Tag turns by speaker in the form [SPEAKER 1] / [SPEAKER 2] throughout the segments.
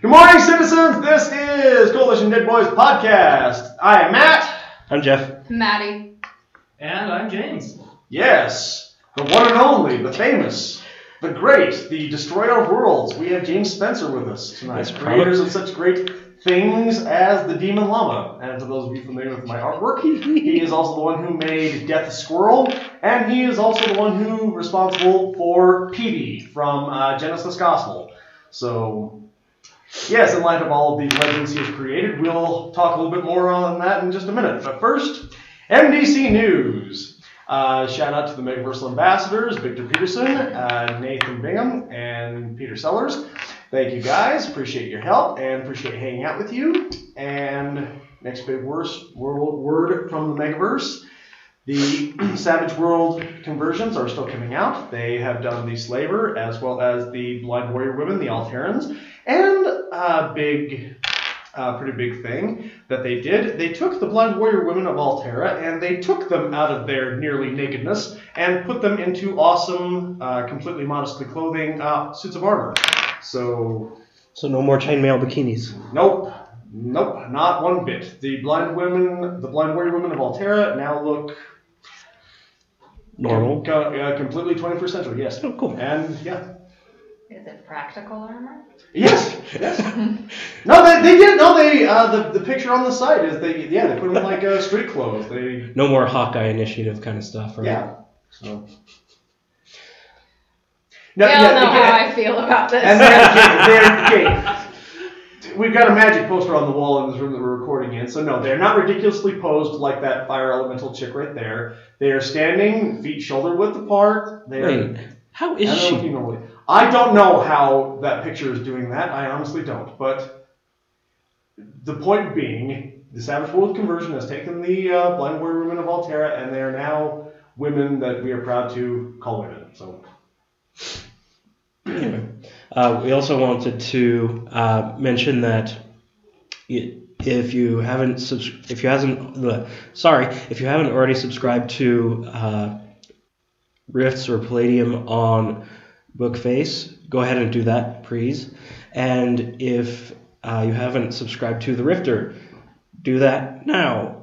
[SPEAKER 1] Good morning, citizens. This is Coalition Dead Boys podcast. I am Matt.
[SPEAKER 2] I'm Jeff.
[SPEAKER 3] Maddie.
[SPEAKER 4] And I'm James.
[SPEAKER 1] Yes, the one and only, the famous, the great, the destroyer of worlds. We have James Spencer with us tonight.
[SPEAKER 2] That's prob-
[SPEAKER 1] creators of such great things as the Demon Llama. And for those of you familiar with my artwork, he is also the one who made Death Squirrel, and he is also the one who responsible for Petey from uh, Genesis Gospel. So, yes, in light of all of the legends he has created, we'll talk a little bit more on that in just a minute. But first, MDC News. Uh, shout out to the Megaversal ambassadors, Victor Peterson, uh, Nathan Bingham, and Peter Sellers. Thank you guys. Appreciate your help and appreciate hanging out with you. And next big worst world word from the Megaverse. The Savage World conversions are still coming out. They have done the Slaver as well as the Blind Warrior Women, the Alterans, and a big, a pretty big thing that they did. They took the Blind Warrior Women of Altera and they took them out of their nearly nakedness and put them into awesome, uh, completely modestly clothing uh, suits of armor. So
[SPEAKER 2] So no more chainmail bikinis.
[SPEAKER 1] Nope. Nope, not one bit. The blind women, the blind warrior women of Altera now look
[SPEAKER 2] Normal.
[SPEAKER 1] co- uh, completely 21st century. Yes.
[SPEAKER 2] Oh, cool.
[SPEAKER 1] And yeah,
[SPEAKER 3] Is it practical armor?
[SPEAKER 1] yes, yes. no, they, they did. No, they uh, the, the picture on the site is they yeah they put them in like uh, street clothes. They
[SPEAKER 2] No more Hawkeye initiative kind of stuff, right?
[SPEAKER 1] yeah. So. No,
[SPEAKER 3] Y'all
[SPEAKER 1] yeah,
[SPEAKER 3] know
[SPEAKER 1] yeah.
[SPEAKER 3] how I feel about this.
[SPEAKER 1] And they're gay. They're gay. We've got a magic poster on the wall in this room that we're recording in, so no, they're not ridiculously posed like that fire elemental chick right there. They are standing, feet shoulder width apart. They are,
[SPEAKER 2] Wait, how
[SPEAKER 1] I
[SPEAKER 2] is
[SPEAKER 1] don't know if
[SPEAKER 2] she?
[SPEAKER 1] you know what- I don't know how that picture is doing that. I honestly don't. But the point being, the Savage World conversion has taken the uh, blind warrior women of Altera, and they are now women that we are proud to call women. So
[SPEAKER 2] Anyway, uh, we also wanted to uh, mention that i- if you haven't subs- if you hasn't bleh, sorry if you haven't already subscribed to uh, Rifts or Palladium on Bookface, go ahead and do that, please. And if uh, you haven't subscribed to the Rifter, do that now.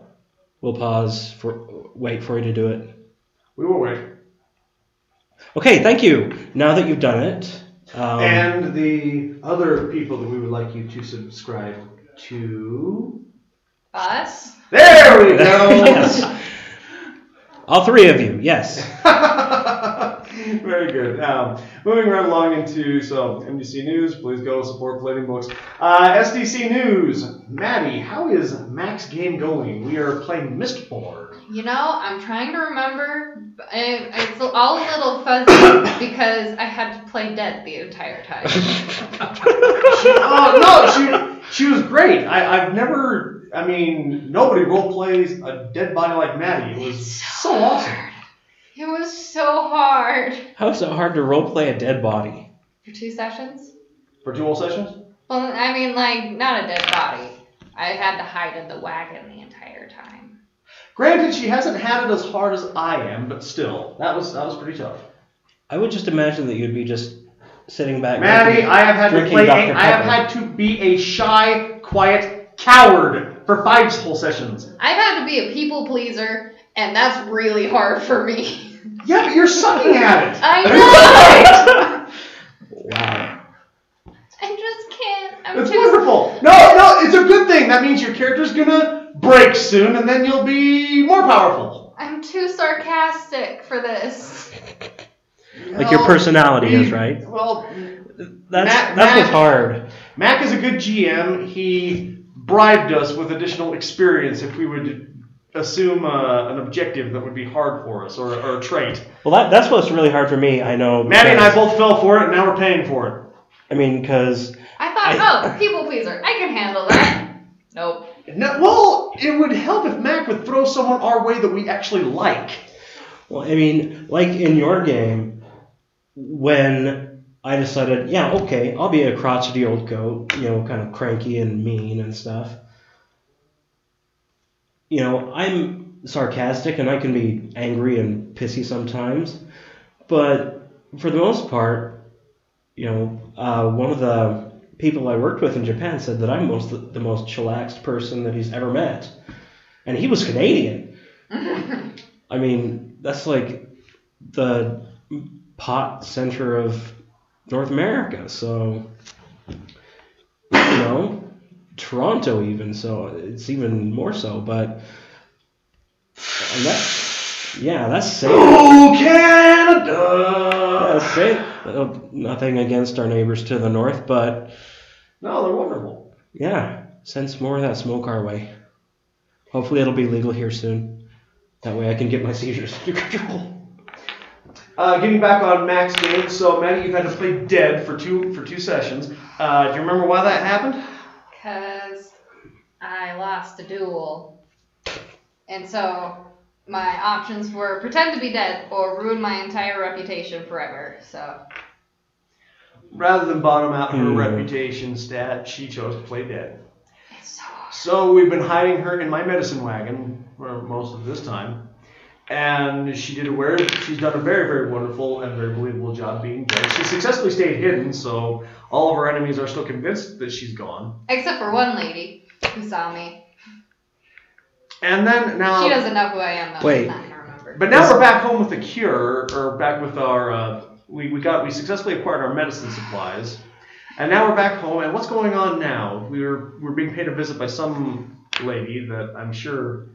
[SPEAKER 2] We'll pause for wait for you to do it.
[SPEAKER 1] we will wait.
[SPEAKER 2] Okay, thank you. Now that you've done it, um,
[SPEAKER 1] and the other people that we would like you to subscribe to.
[SPEAKER 3] Us?
[SPEAKER 1] There we
[SPEAKER 2] yes. All three of you, yes.
[SPEAKER 1] Very good. Um, moving right along into so MDC news. Please go support Plating Books. Uh, SDC news. Maddie, how is Max game going? We are playing Mistborn.
[SPEAKER 3] You know, I'm trying to remember. but I- It's all a little fuzzy because I had to play dead the entire time.
[SPEAKER 1] oh no, she she was great. I, I've never. I mean, nobody role plays a dead body like Maddie. It was so awesome.
[SPEAKER 3] hard. It was so hard.
[SPEAKER 2] How is it hard to roleplay a dead body?
[SPEAKER 3] For two sessions?
[SPEAKER 1] For two whole sessions.
[SPEAKER 3] Well, I mean, like, not a dead body. I had to hide in the wagon the entire time.
[SPEAKER 1] Granted, she hasn't had it as hard as I am, but still, that was that was pretty tough.
[SPEAKER 2] I would just imagine that you'd be just sitting back.
[SPEAKER 1] Maddie, I have had to
[SPEAKER 2] Drinking
[SPEAKER 1] play. A,
[SPEAKER 2] Dr.
[SPEAKER 1] I have
[SPEAKER 2] Pepper.
[SPEAKER 1] had to be a shy, quiet coward for five whole sessions.
[SPEAKER 3] I've had to be a people pleaser, and that's really hard for me.
[SPEAKER 1] Yeah, but you're sucking at it.
[SPEAKER 3] I know!
[SPEAKER 2] Wow.
[SPEAKER 3] I just can't. I'm
[SPEAKER 1] It's
[SPEAKER 3] too
[SPEAKER 1] wonderful. No, no, it's a good thing. That means your character's gonna break soon, and then you'll be more powerful.
[SPEAKER 3] I'm too sarcastic for this.
[SPEAKER 2] Like your
[SPEAKER 1] No,
[SPEAKER 2] personality
[SPEAKER 1] we-
[SPEAKER 2] is, right?
[SPEAKER 1] Well,
[SPEAKER 2] That's
[SPEAKER 1] Matt-
[SPEAKER 2] that's what's
[SPEAKER 1] Matt-
[SPEAKER 2] hard.
[SPEAKER 1] Mac is a good GM. He bribed us with additional experience if we would assume uh, an objective that would be hard for us or, or a trait.
[SPEAKER 2] Well, that, that's what's really hard for me. I know.
[SPEAKER 1] Maddie and I
[SPEAKER 2] because-
[SPEAKER 1] both fell for it, and now we're paying for
[SPEAKER 2] I mean, because
[SPEAKER 3] I thought,
[SPEAKER 2] I-
[SPEAKER 3] oh, people pleaser, I can handle that. Nope.
[SPEAKER 1] it. No, well, it would help if Mac would throw someone our way that we actually like.
[SPEAKER 2] well, I mean, like in your game, when I decided, yeah, okay, I'll be a crotchety old goat, you know, kind of cranky and mean and stuff. You know, I'm sarcastic and I can be angry and pissy sometimes, but for the most part, you know, uh, one of the people I worked with in Japan said that I'm most the most chillaxed person that he's ever met, and he was Canadian. I mean, that's like the pot center of North America. So, you know, Toronto even. So it's even more so. But and that, yeah, that's safe.
[SPEAKER 1] Oh, Canada!
[SPEAKER 2] That's safe. Uh, Nothing against our neighbors to the north, but
[SPEAKER 1] No, they're wonderful.
[SPEAKER 2] yeah, send some more of that smoke our way. Hopefully, it'll be legal here soon. That way, I can get my seizures under control.
[SPEAKER 1] Uh, getting back on Max game. So, Maddie, you've had to play dead for two for two sessions. Uh, do you remember why that happened?
[SPEAKER 3] Because I lost a duel. And so my options were pretend to be dead or ruin my entire reputation forever. So,
[SPEAKER 1] Rather than bottom out her
[SPEAKER 2] Hmm.
[SPEAKER 1] reputation stat, she chose to play dead.
[SPEAKER 3] it's so hard.
[SPEAKER 1] So we've been hiding her in my medicine wagon for most of this time, and she did a where she's done a very very wonderful and very believable job being dead. She successfully stayed hidden, so all of our enemies are still convinced that she's gone.
[SPEAKER 3] Except for one lady who saw me.
[SPEAKER 1] And then now,
[SPEAKER 3] She doesn't know who I am, though.
[SPEAKER 2] Wait.
[SPEAKER 3] She's not gonna remember.
[SPEAKER 1] but now we're back home with the cure, or back with our uh, we we got we successfully acquired our medicine supplies. And now we're back home, and what's going on now? We were we're being paid a visit by some lady that I'm sure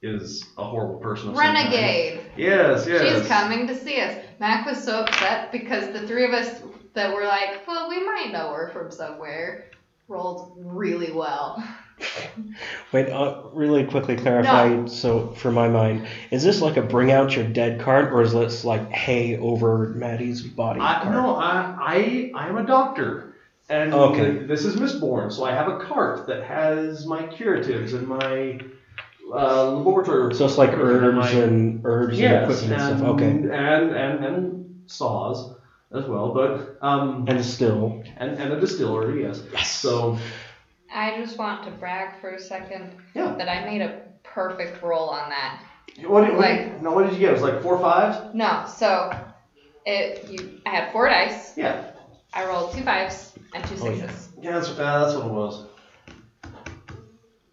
[SPEAKER 1] is a horrible person. of some kind.
[SPEAKER 3] Renegade.
[SPEAKER 1] Yes, yes.
[SPEAKER 3] She's coming to see us. Mac was so upset because the three of us that were like, well, we might know her from somewhere, rolled really well.
[SPEAKER 2] Wait, uh, really quickly clarify. So, for my mind, is this like a bring out your dead card, or is this like hay over Maddie's body?
[SPEAKER 1] I,
[SPEAKER 2] card?
[SPEAKER 1] no, I, I, I'm a doctor. And
[SPEAKER 2] Oh, Okay.
[SPEAKER 1] th- this is Mistborn, so I have a cart that has my curatives and my uh, laboratory.
[SPEAKER 2] So it's like
[SPEAKER 1] equipment and
[SPEAKER 2] herbs
[SPEAKER 1] my-
[SPEAKER 2] and herbs and
[SPEAKER 1] yes, um, and,
[SPEAKER 2] equipment and, stuff. Okay.
[SPEAKER 1] and, and, and saws as well, but um,
[SPEAKER 2] And still.
[SPEAKER 1] and, and a distillery, yes. So
[SPEAKER 3] I just want to brag for a second
[SPEAKER 1] Yeah.
[SPEAKER 3] that I made a perfect roll on that.
[SPEAKER 1] what did, what,
[SPEAKER 3] Like-
[SPEAKER 1] no, what did you get? It was like four fives.
[SPEAKER 3] No, so it you I had four dice.
[SPEAKER 1] Yeah,
[SPEAKER 3] I rolled two fives and two
[SPEAKER 2] Oh,
[SPEAKER 3] sixes.
[SPEAKER 2] yeah.
[SPEAKER 1] yeah, that's, uh, that's what it was.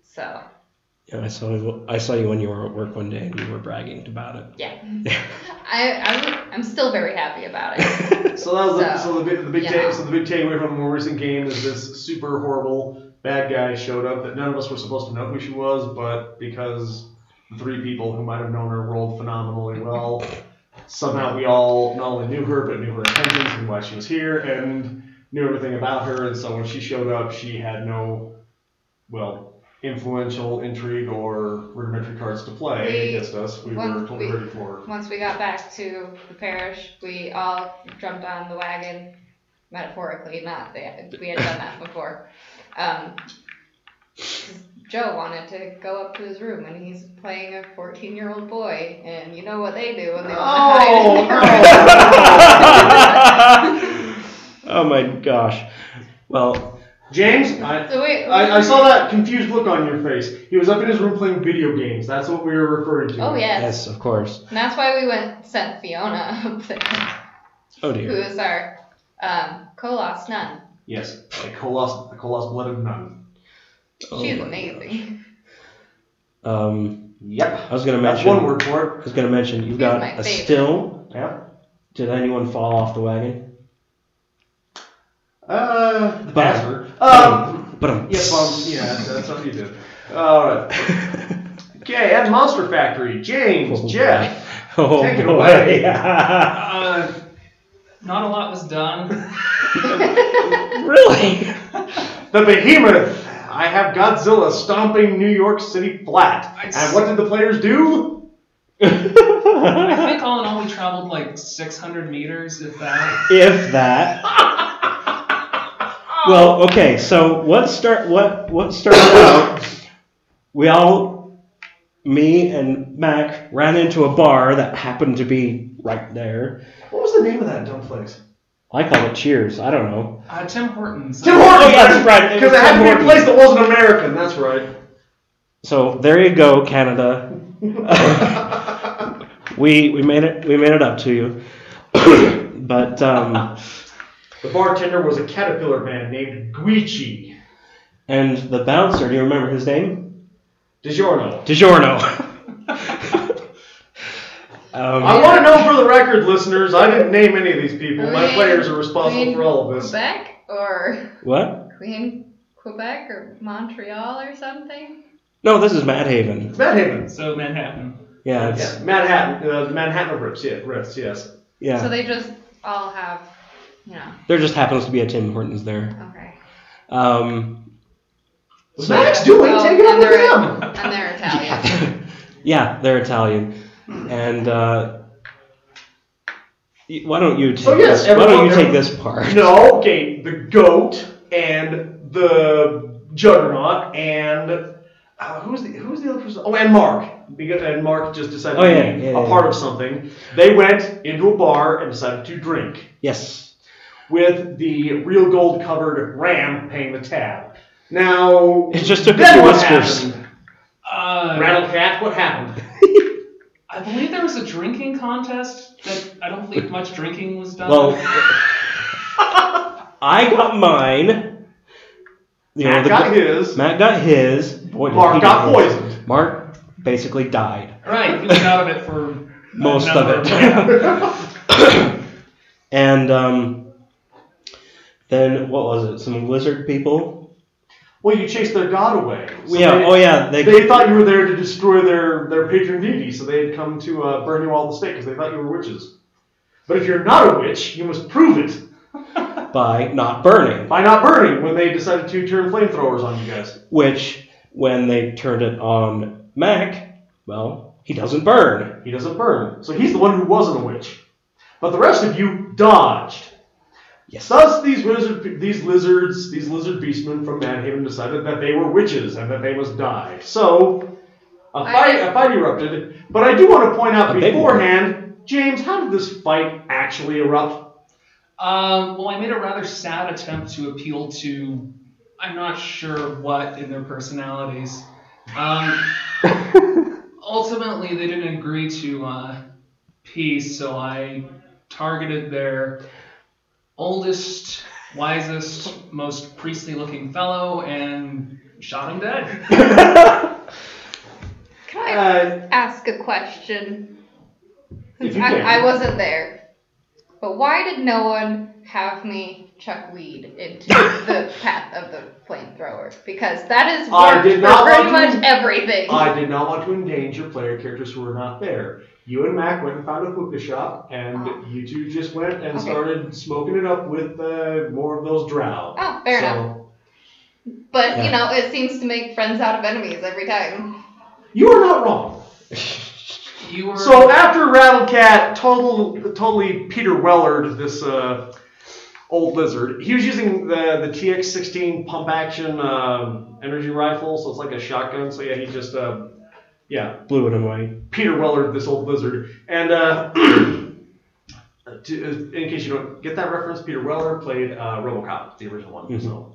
[SPEAKER 3] So
[SPEAKER 2] Yeah, I saw you, I saw you when you were at work one day and you were bragging about it.
[SPEAKER 3] yeah, I I'm, I'm still very happy about it.
[SPEAKER 1] So that was the,
[SPEAKER 3] So,
[SPEAKER 1] so the big, the big
[SPEAKER 3] you
[SPEAKER 1] take,
[SPEAKER 3] know.
[SPEAKER 1] so the big takeaway from the more recent game is this super horrible bad guy showed up that none of us were supposed to know who she was, but because the three people who might have known her rolled phenomenally well, somehow we all not only knew her but knew her intentions and why she was here and knew everything about her. And so when she showed up, she had no well influential intrigue or rudimentary cards to play
[SPEAKER 3] We-
[SPEAKER 1] against us. We
[SPEAKER 3] when
[SPEAKER 1] were totally
[SPEAKER 3] we-
[SPEAKER 1] ready for. her.
[SPEAKER 3] Once we got back to the parish, we all jumped on the wagon, metaphorically, not that we had done that before. Um, 'cause Joe wanted to go up to his room, and he's playing a 14 year old boy, and you know what they do when they
[SPEAKER 1] Oh!
[SPEAKER 3] want to hide in their room.
[SPEAKER 2] oh my gosh. Well,
[SPEAKER 1] James, I,
[SPEAKER 3] So wait,
[SPEAKER 1] I, I saw that confused look on your face. He was up in his room playing video games. That's what we were referring to.
[SPEAKER 3] Oh yes.
[SPEAKER 2] yes, of course.
[SPEAKER 3] and that's why we went sent Fiona up there,
[SPEAKER 2] Oh
[SPEAKER 3] who
[SPEAKER 2] dear.
[SPEAKER 3] is our um, Kolos nun.
[SPEAKER 1] Yes, a Kolos, a Kolos blooded nun.
[SPEAKER 2] Oh
[SPEAKER 3] She's
[SPEAKER 2] my
[SPEAKER 3] amazing.
[SPEAKER 2] gosh. Um,
[SPEAKER 1] Yep.
[SPEAKER 2] I was gonna
[SPEAKER 1] That's
[SPEAKER 2] mention.
[SPEAKER 1] one word for
[SPEAKER 2] I was gonna mention you've got
[SPEAKER 3] my
[SPEAKER 2] a
[SPEAKER 3] favorite.
[SPEAKER 2] still.
[SPEAKER 1] it. Yeah.
[SPEAKER 2] Did anyone fall off the wagon?
[SPEAKER 1] Uh, the password. Um,
[SPEAKER 2] But um.
[SPEAKER 1] yes, well, yeah, that's what you did. Alright. Okay, and Monster Factory. James,
[SPEAKER 2] Oh,
[SPEAKER 1] Jeff.
[SPEAKER 2] Oh,
[SPEAKER 1] Take it
[SPEAKER 2] boy.
[SPEAKER 1] away.
[SPEAKER 4] Uh, not a lot was done.
[SPEAKER 2] really?
[SPEAKER 1] The Behemoth. I have Godzilla stomping New York City flat.
[SPEAKER 4] I
[SPEAKER 1] And what did the players do?
[SPEAKER 4] I think all in all, we traveled like 600 meters, if that.
[SPEAKER 2] if that. Well, okay. So what start what what started out? We all, me and Mac, ran into a bar that happened to be right there.
[SPEAKER 1] What was the name of that dumb place?
[SPEAKER 2] I call it Cheers. I don't know.
[SPEAKER 4] Uh, Tim Hortons.
[SPEAKER 1] Tim Hortons!
[SPEAKER 2] Oh, that's right, it
[SPEAKER 1] Because
[SPEAKER 2] was
[SPEAKER 1] it had
[SPEAKER 2] Tim
[SPEAKER 1] to be a
[SPEAKER 2] Hortons.
[SPEAKER 1] place that wasn't American, that's right.
[SPEAKER 2] So there you go, Canada. we we made it we made it up to you, but um,
[SPEAKER 1] The bartender was a caterpillar man named Guichi.
[SPEAKER 2] And the bouncer, do you remember his name?
[SPEAKER 1] DiGiorno.
[SPEAKER 2] DiGiorno. um,
[SPEAKER 1] I want to know for the record, listeners, I didn't name any of these people.
[SPEAKER 3] Are
[SPEAKER 1] My
[SPEAKER 3] we-
[SPEAKER 1] players are responsible
[SPEAKER 3] we-
[SPEAKER 1] for all of this.
[SPEAKER 3] Quebec or
[SPEAKER 2] What?
[SPEAKER 3] Queen Quebec or Montreal or something.
[SPEAKER 2] No, this is Mad Haven.
[SPEAKER 1] Matt Haven.
[SPEAKER 4] So Manhattan.
[SPEAKER 2] Yeah, it's,
[SPEAKER 1] Yeah, Manhattan. Uh, Manhattan Rips, yeah, Rips, yes.
[SPEAKER 2] yeah.
[SPEAKER 3] So they just all have, you know.
[SPEAKER 2] There just happens to be a Tim Hortons there.
[SPEAKER 3] Okay.
[SPEAKER 2] Um,
[SPEAKER 1] What's
[SPEAKER 2] So-
[SPEAKER 1] Max doing?
[SPEAKER 3] Well,
[SPEAKER 1] Take it up
[SPEAKER 3] and they're-
[SPEAKER 1] with him!
[SPEAKER 3] And they're Italian.
[SPEAKER 2] yeah, they're Italian, and uh, y- why don't you take
[SPEAKER 1] Oh, yes,
[SPEAKER 2] this? Why don't
[SPEAKER 1] everyone-
[SPEAKER 2] you take this part?
[SPEAKER 1] No, okay, the goat and the juggernaut and uh, who's the who's the other person? Oh, and Mark. Because and Mark just decided
[SPEAKER 2] Oh,
[SPEAKER 1] to
[SPEAKER 2] yeah,
[SPEAKER 1] be
[SPEAKER 2] yeah,
[SPEAKER 1] a
[SPEAKER 2] yeah.
[SPEAKER 1] part of something. They went into a bar and decided to drink
[SPEAKER 2] Yes.
[SPEAKER 1] with the real gold covered ram paying the tab. Now
[SPEAKER 2] It just took a
[SPEAKER 1] then
[SPEAKER 2] few
[SPEAKER 1] what
[SPEAKER 2] whiskers.
[SPEAKER 1] happened?
[SPEAKER 4] Uh,
[SPEAKER 1] Rattlecat, what happened?
[SPEAKER 4] I believe there was a drinking contest that I don't believe much drinking was done.
[SPEAKER 2] Well, I got mine. You know,
[SPEAKER 1] Matt
[SPEAKER 2] the-
[SPEAKER 1] got his.
[SPEAKER 2] Matt got his. Boy, did
[SPEAKER 1] Mark
[SPEAKER 2] he
[SPEAKER 1] got
[SPEAKER 2] get
[SPEAKER 1] poisoned.
[SPEAKER 2] Mark basically died.
[SPEAKER 4] right, he was out of it for
[SPEAKER 2] Most
[SPEAKER 4] a
[SPEAKER 2] of
[SPEAKER 4] number
[SPEAKER 2] it.
[SPEAKER 4] yeah.
[SPEAKER 2] And um, then what was it? Some lizard people.
[SPEAKER 1] Well, you chased their god away. So
[SPEAKER 2] yeah.
[SPEAKER 1] they-
[SPEAKER 2] oh yeah. They,
[SPEAKER 1] They thought you were there to destroy their, their patron deity, so they had come to uh, burn you all the stake because they thought you were witches. But if you're not a witch, you must prove it
[SPEAKER 2] by not burning.
[SPEAKER 1] by not burning when they decided to turn flamethrowers on you guys.
[SPEAKER 2] Which, when they turned it on Mac, well, he doesn't burn.
[SPEAKER 1] He doesn't burn, so he's the one who wasn't a witch. But the rest of you dodged.
[SPEAKER 2] Yes.
[SPEAKER 1] Thus, these wizard, these lizards, these lizard beastmen from Manhaven decided that they were witches and that they must die. So, a fight, a fight erupted. But I do want to point out
[SPEAKER 2] A big one.
[SPEAKER 1] beforehand, James, how did this fight actually erupt?
[SPEAKER 4] Um, well, I made a rather sad attempt to appeal to, I'm not sure what in their personalities. Um, ultimately, they didn't agree to uh, peace, so I targeted their oldest, wisest, most priestly looking fellow and shot him dead.
[SPEAKER 3] Can I
[SPEAKER 1] Uh,
[SPEAKER 3] ask a question?
[SPEAKER 1] If you
[SPEAKER 3] I,
[SPEAKER 1] can.
[SPEAKER 3] I wasn't there. But why did no one have me chuck weed into the path of the flamethrower? Because that is
[SPEAKER 1] I
[SPEAKER 3] worked
[SPEAKER 1] did not
[SPEAKER 3] for pretty
[SPEAKER 1] want
[SPEAKER 3] much everything.
[SPEAKER 1] I did not want to endanger player characters who were not there. You and Mac went and found a hookah shop, and you two just went and
[SPEAKER 3] Ah. Okay.
[SPEAKER 1] started smoking it up with uh, more of those drow.
[SPEAKER 3] oh, fair
[SPEAKER 1] so,
[SPEAKER 3] enough. But
[SPEAKER 2] Yeah.
[SPEAKER 3] you know, it seems to make friends out of enemies every time.
[SPEAKER 1] You are not wrong.
[SPEAKER 4] You were.
[SPEAKER 1] So after Rattlecat total, totally Peter Wellered this uh, old lizard, he was using the, the TX16 pump action um energy rifle, so it's like a shotgun. So yeah, he just uh, yeah
[SPEAKER 2] Blew it away.
[SPEAKER 1] Peter Weller, this old lizard. And uh, to, in case you don't get that reference, Peter Weller played uh, RoboCop, the original one. So,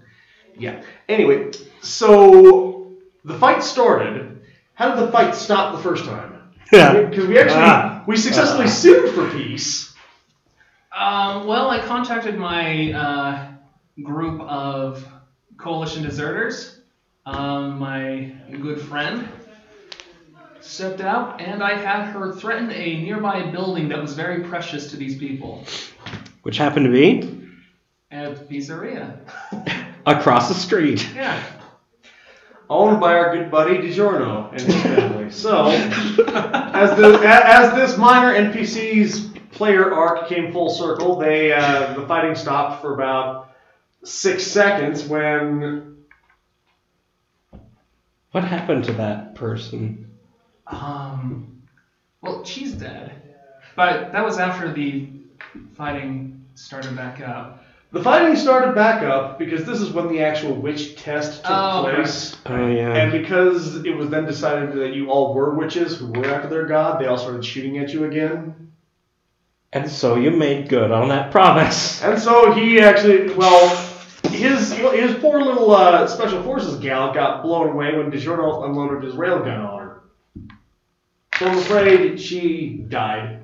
[SPEAKER 1] yeah. Anyway, so the fight started. How did the fight stop the first time? Because we actually
[SPEAKER 2] Ah.
[SPEAKER 1] we successfully
[SPEAKER 2] Ah.
[SPEAKER 1] sued for peace.
[SPEAKER 4] Um, well, I contacted my uh, group of coalition deserters. Um, my good friend stepped out, and I had her threaten a nearby building that was very precious to these people
[SPEAKER 2] Which happened to be
[SPEAKER 4] a pizzeria.
[SPEAKER 2] across the street.
[SPEAKER 4] Yeah.
[SPEAKER 1] Owned by our good buddy DiGiorno and his family. So, as the a- as this minor NPC's player arc came full circle, they uh, the fighting stopped for about six seconds when
[SPEAKER 2] What happened to that person?
[SPEAKER 4] Um, well, she's dead. But that was after the fighting started back up.
[SPEAKER 1] the fighting started back up because this is when the actual witch test took
[SPEAKER 4] Oh, right.
[SPEAKER 1] place.
[SPEAKER 2] Oh yeah.
[SPEAKER 1] And because it was then decided that you all were witches who were after their god, they all started shooting at you again.
[SPEAKER 2] And so you made good on that promise.
[SPEAKER 1] And so he actually, well, his his poor little uh, special forces gal got blown away when DiGiorno unloaded his railgun on her. So I'm afraid she died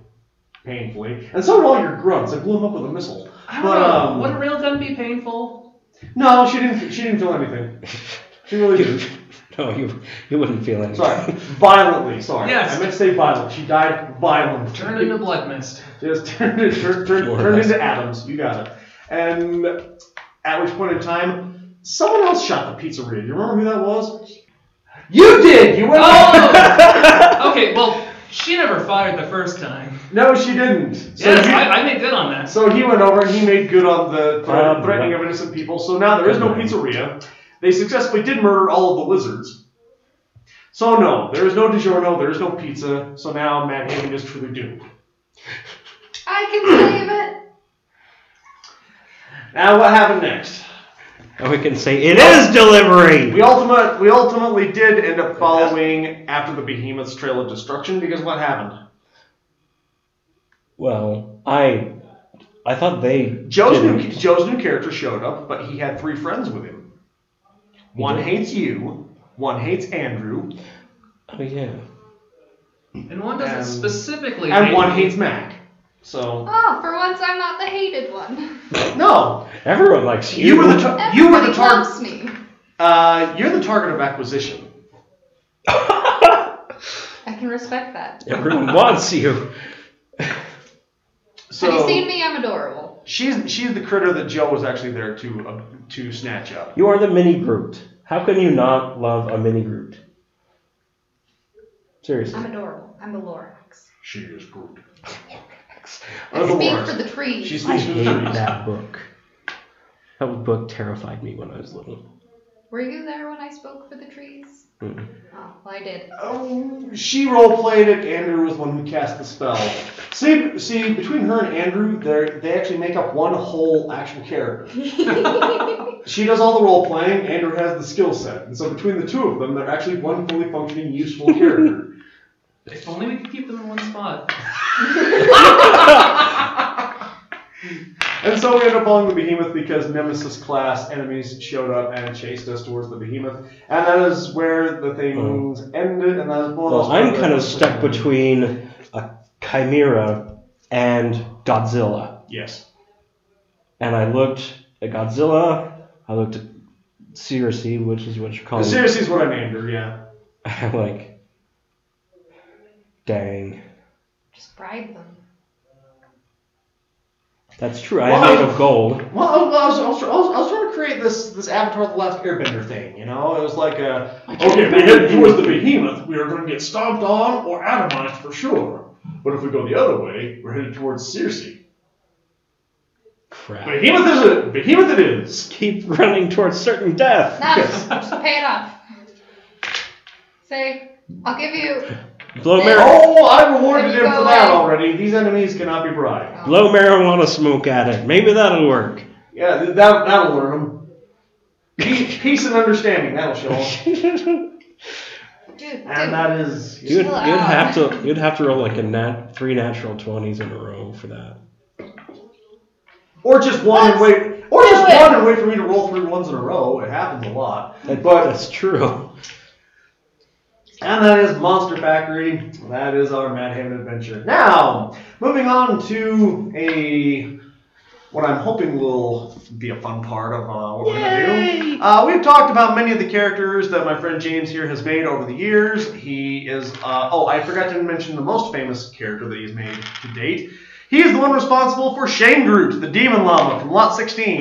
[SPEAKER 1] painfully, and so did all your grunts. I blew him up with a missile.
[SPEAKER 4] I don't
[SPEAKER 1] But,
[SPEAKER 4] know.
[SPEAKER 1] um,
[SPEAKER 4] Would a railgun be painful?
[SPEAKER 1] No, she didn't. She didn't feel anything. She really
[SPEAKER 2] You,
[SPEAKER 1] didn't.
[SPEAKER 2] no, you you wouldn't feel anything.
[SPEAKER 1] Sorry, violently. Sorry,
[SPEAKER 4] Yes.
[SPEAKER 1] I meant to say violent. She died violently.
[SPEAKER 4] Turn into blood mist.
[SPEAKER 1] Just turned, it- turned, turned,
[SPEAKER 2] More or
[SPEAKER 1] turned
[SPEAKER 2] less.
[SPEAKER 1] into atoms. You got it. And at which point in time, someone else shot the pizzeria. You remember who that was? You did. You went.
[SPEAKER 4] Oh! Okay, well, she never fired the first time.
[SPEAKER 1] no, she didn't. So
[SPEAKER 4] yes,
[SPEAKER 1] he,
[SPEAKER 4] I, Uh, I made good on that.
[SPEAKER 1] so he went over and he made good on the thre-
[SPEAKER 2] Um,
[SPEAKER 1] threatening of innocent people. So now there is no pizzeria. They successfully did murder all of the lizards. So no, there is no DiGiorno, there is no pizza. So now Manhattan is truly doomed.
[SPEAKER 3] I can save it.
[SPEAKER 1] Now what happened next?
[SPEAKER 2] And we can say it is delivery.
[SPEAKER 1] We ultimate we ultimately did end up following after the behemoth's trail of destruction because what happened?
[SPEAKER 2] Well, I I thought they
[SPEAKER 1] Joe's new
[SPEAKER 2] didn't.
[SPEAKER 1] Joe's new character showed up, but he had three friends with him. One
[SPEAKER 2] did?
[SPEAKER 1] hates you, one hates Andrew,
[SPEAKER 2] Oh yeah.
[SPEAKER 4] And one doesn't
[SPEAKER 1] And-
[SPEAKER 4] specifically.
[SPEAKER 1] and
[SPEAKER 4] hate
[SPEAKER 1] one
[SPEAKER 4] me.
[SPEAKER 1] hates Mac. So
[SPEAKER 3] Oh, for once I'm not the hated one.
[SPEAKER 1] no,
[SPEAKER 2] Everyone likes you.
[SPEAKER 1] you were the tar- you were the
[SPEAKER 3] Oh. Everybody
[SPEAKER 1] target.
[SPEAKER 3] loves me.
[SPEAKER 1] Uh, you're the target of acquisition.
[SPEAKER 3] I can respect that.
[SPEAKER 2] Everyone wants you.
[SPEAKER 1] So
[SPEAKER 3] Have you seen me? I'm adorable.
[SPEAKER 1] she's she's the critter that Joe was actually there to uh, to snatch up.
[SPEAKER 2] You are the mini Groot. How can you not love a mini Groot? Seriously.
[SPEAKER 3] I'm adorable. I'm a Lorax.
[SPEAKER 1] She is Groot.
[SPEAKER 3] I
[SPEAKER 1] I'm a
[SPEAKER 3] speak
[SPEAKER 1] Lorax.
[SPEAKER 3] for the trees.
[SPEAKER 1] She's
[SPEAKER 2] I hate that book. That book terrified me when I was little.
[SPEAKER 3] Were you there when I spoke for the trees?
[SPEAKER 2] Mm.
[SPEAKER 3] Oh, well, I did.
[SPEAKER 1] Oh, she role played it. Andrew was the one who cast the spell. See, see, between her and Andrew, they they actually make up one whole actual character. She does all the role playing. Andrew has the skill set, and so between the two of them, they're actually one fully functioning, useful character.
[SPEAKER 4] If only we could keep them in one spot.
[SPEAKER 1] And so we ended up following the behemoth because Nemesis class enemies showed up and chased us towards the behemoth. And that is where the things ended. And that is one
[SPEAKER 2] Oh. Well,
[SPEAKER 1] those
[SPEAKER 2] I'm
[SPEAKER 1] programs-
[SPEAKER 2] kind of stuck between a chimera and Godzilla.
[SPEAKER 1] Yes.
[SPEAKER 2] And I looked at Godzilla, I looked at Circe, which is what you're
[SPEAKER 1] The
[SPEAKER 2] calling
[SPEAKER 1] Circe is what I named her, yeah.
[SPEAKER 2] I'm like, dang.
[SPEAKER 3] Just bribe them.
[SPEAKER 2] That's true. I am
[SPEAKER 1] Wow.
[SPEAKER 2] made of gold.
[SPEAKER 1] Well, I was, I, was, I, was, I was trying to create this this Avatar: The Last Airbender thing, you know. It was like a okay, if we head towards the behemoth, we are going to get stomped on or atomized for sure. But if we go the other way, we're headed towards Circe.
[SPEAKER 2] Crap.
[SPEAKER 1] Behemoth is it. Behemoth it is.
[SPEAKER 2] Keep running towards certain death.
[SPEAKER 3] No,
[SPEAKER 1] Yes.
[SPEAKER 3] just, just pay it off. Say, I'll give you.
[SPEAKER 2] Blow, mar-
[SPEAKER 1] Oh, I rewarded
[SPEAKER 3] There
[SPEAKER 1] him
[SPEAKER 3] you
[SPEAKER 1] for
[SPEAKER 3] go,
[SPEAKER 1] that
[SPEAKER 3] eh?
[SPEAKER 1] already. These enemies cannot be bribed.
[SPEAKER 3] Oh,
[SPEAKER 2] blow marijuana smoke at it. Maybe that'll work.
[SPEAKER 1] Yeah, th- that that'll learn them. Peace, peace and understanding. That'll show them.
[SPEAKER 2] you'd,
[SPEAKER 3] dude, dude,
[SPEAKER 1] And that is.
[SPEAKER 2] you'd
[SPEAKER 3] Chill
[SPEAKER 2] have
[SPEAKER 3] out.
[SPEAKER 2] to you'd have to roll like a nat three natural twenties in a row for that.
[SPEAKER 1] Or just one and
[SPEAKER 3] Let's
[SPEAKER 1] wait. Or just
[SPEAKER 3] do it.
[SPEAKER 1] one and wait for me to roll three ones in a row. It happens a lot.
[SPEAKER 2] That-
[SPEAKER 1] But
[SPEAKER 2] that's true.
[SPEAKER 1] And that is Monster Factory. That is our Mad Haven adventure. Now, moving on to a what I'm hoping will be a fun part of uh, what we're going to do. Uh, we've talked about many of the characters that my friend James here has made over the years. He is uh, oh, I forgot to mention the most famous character that he's made to date. He is the one responsible for Shane Groot, the Demon Llama from Lot 16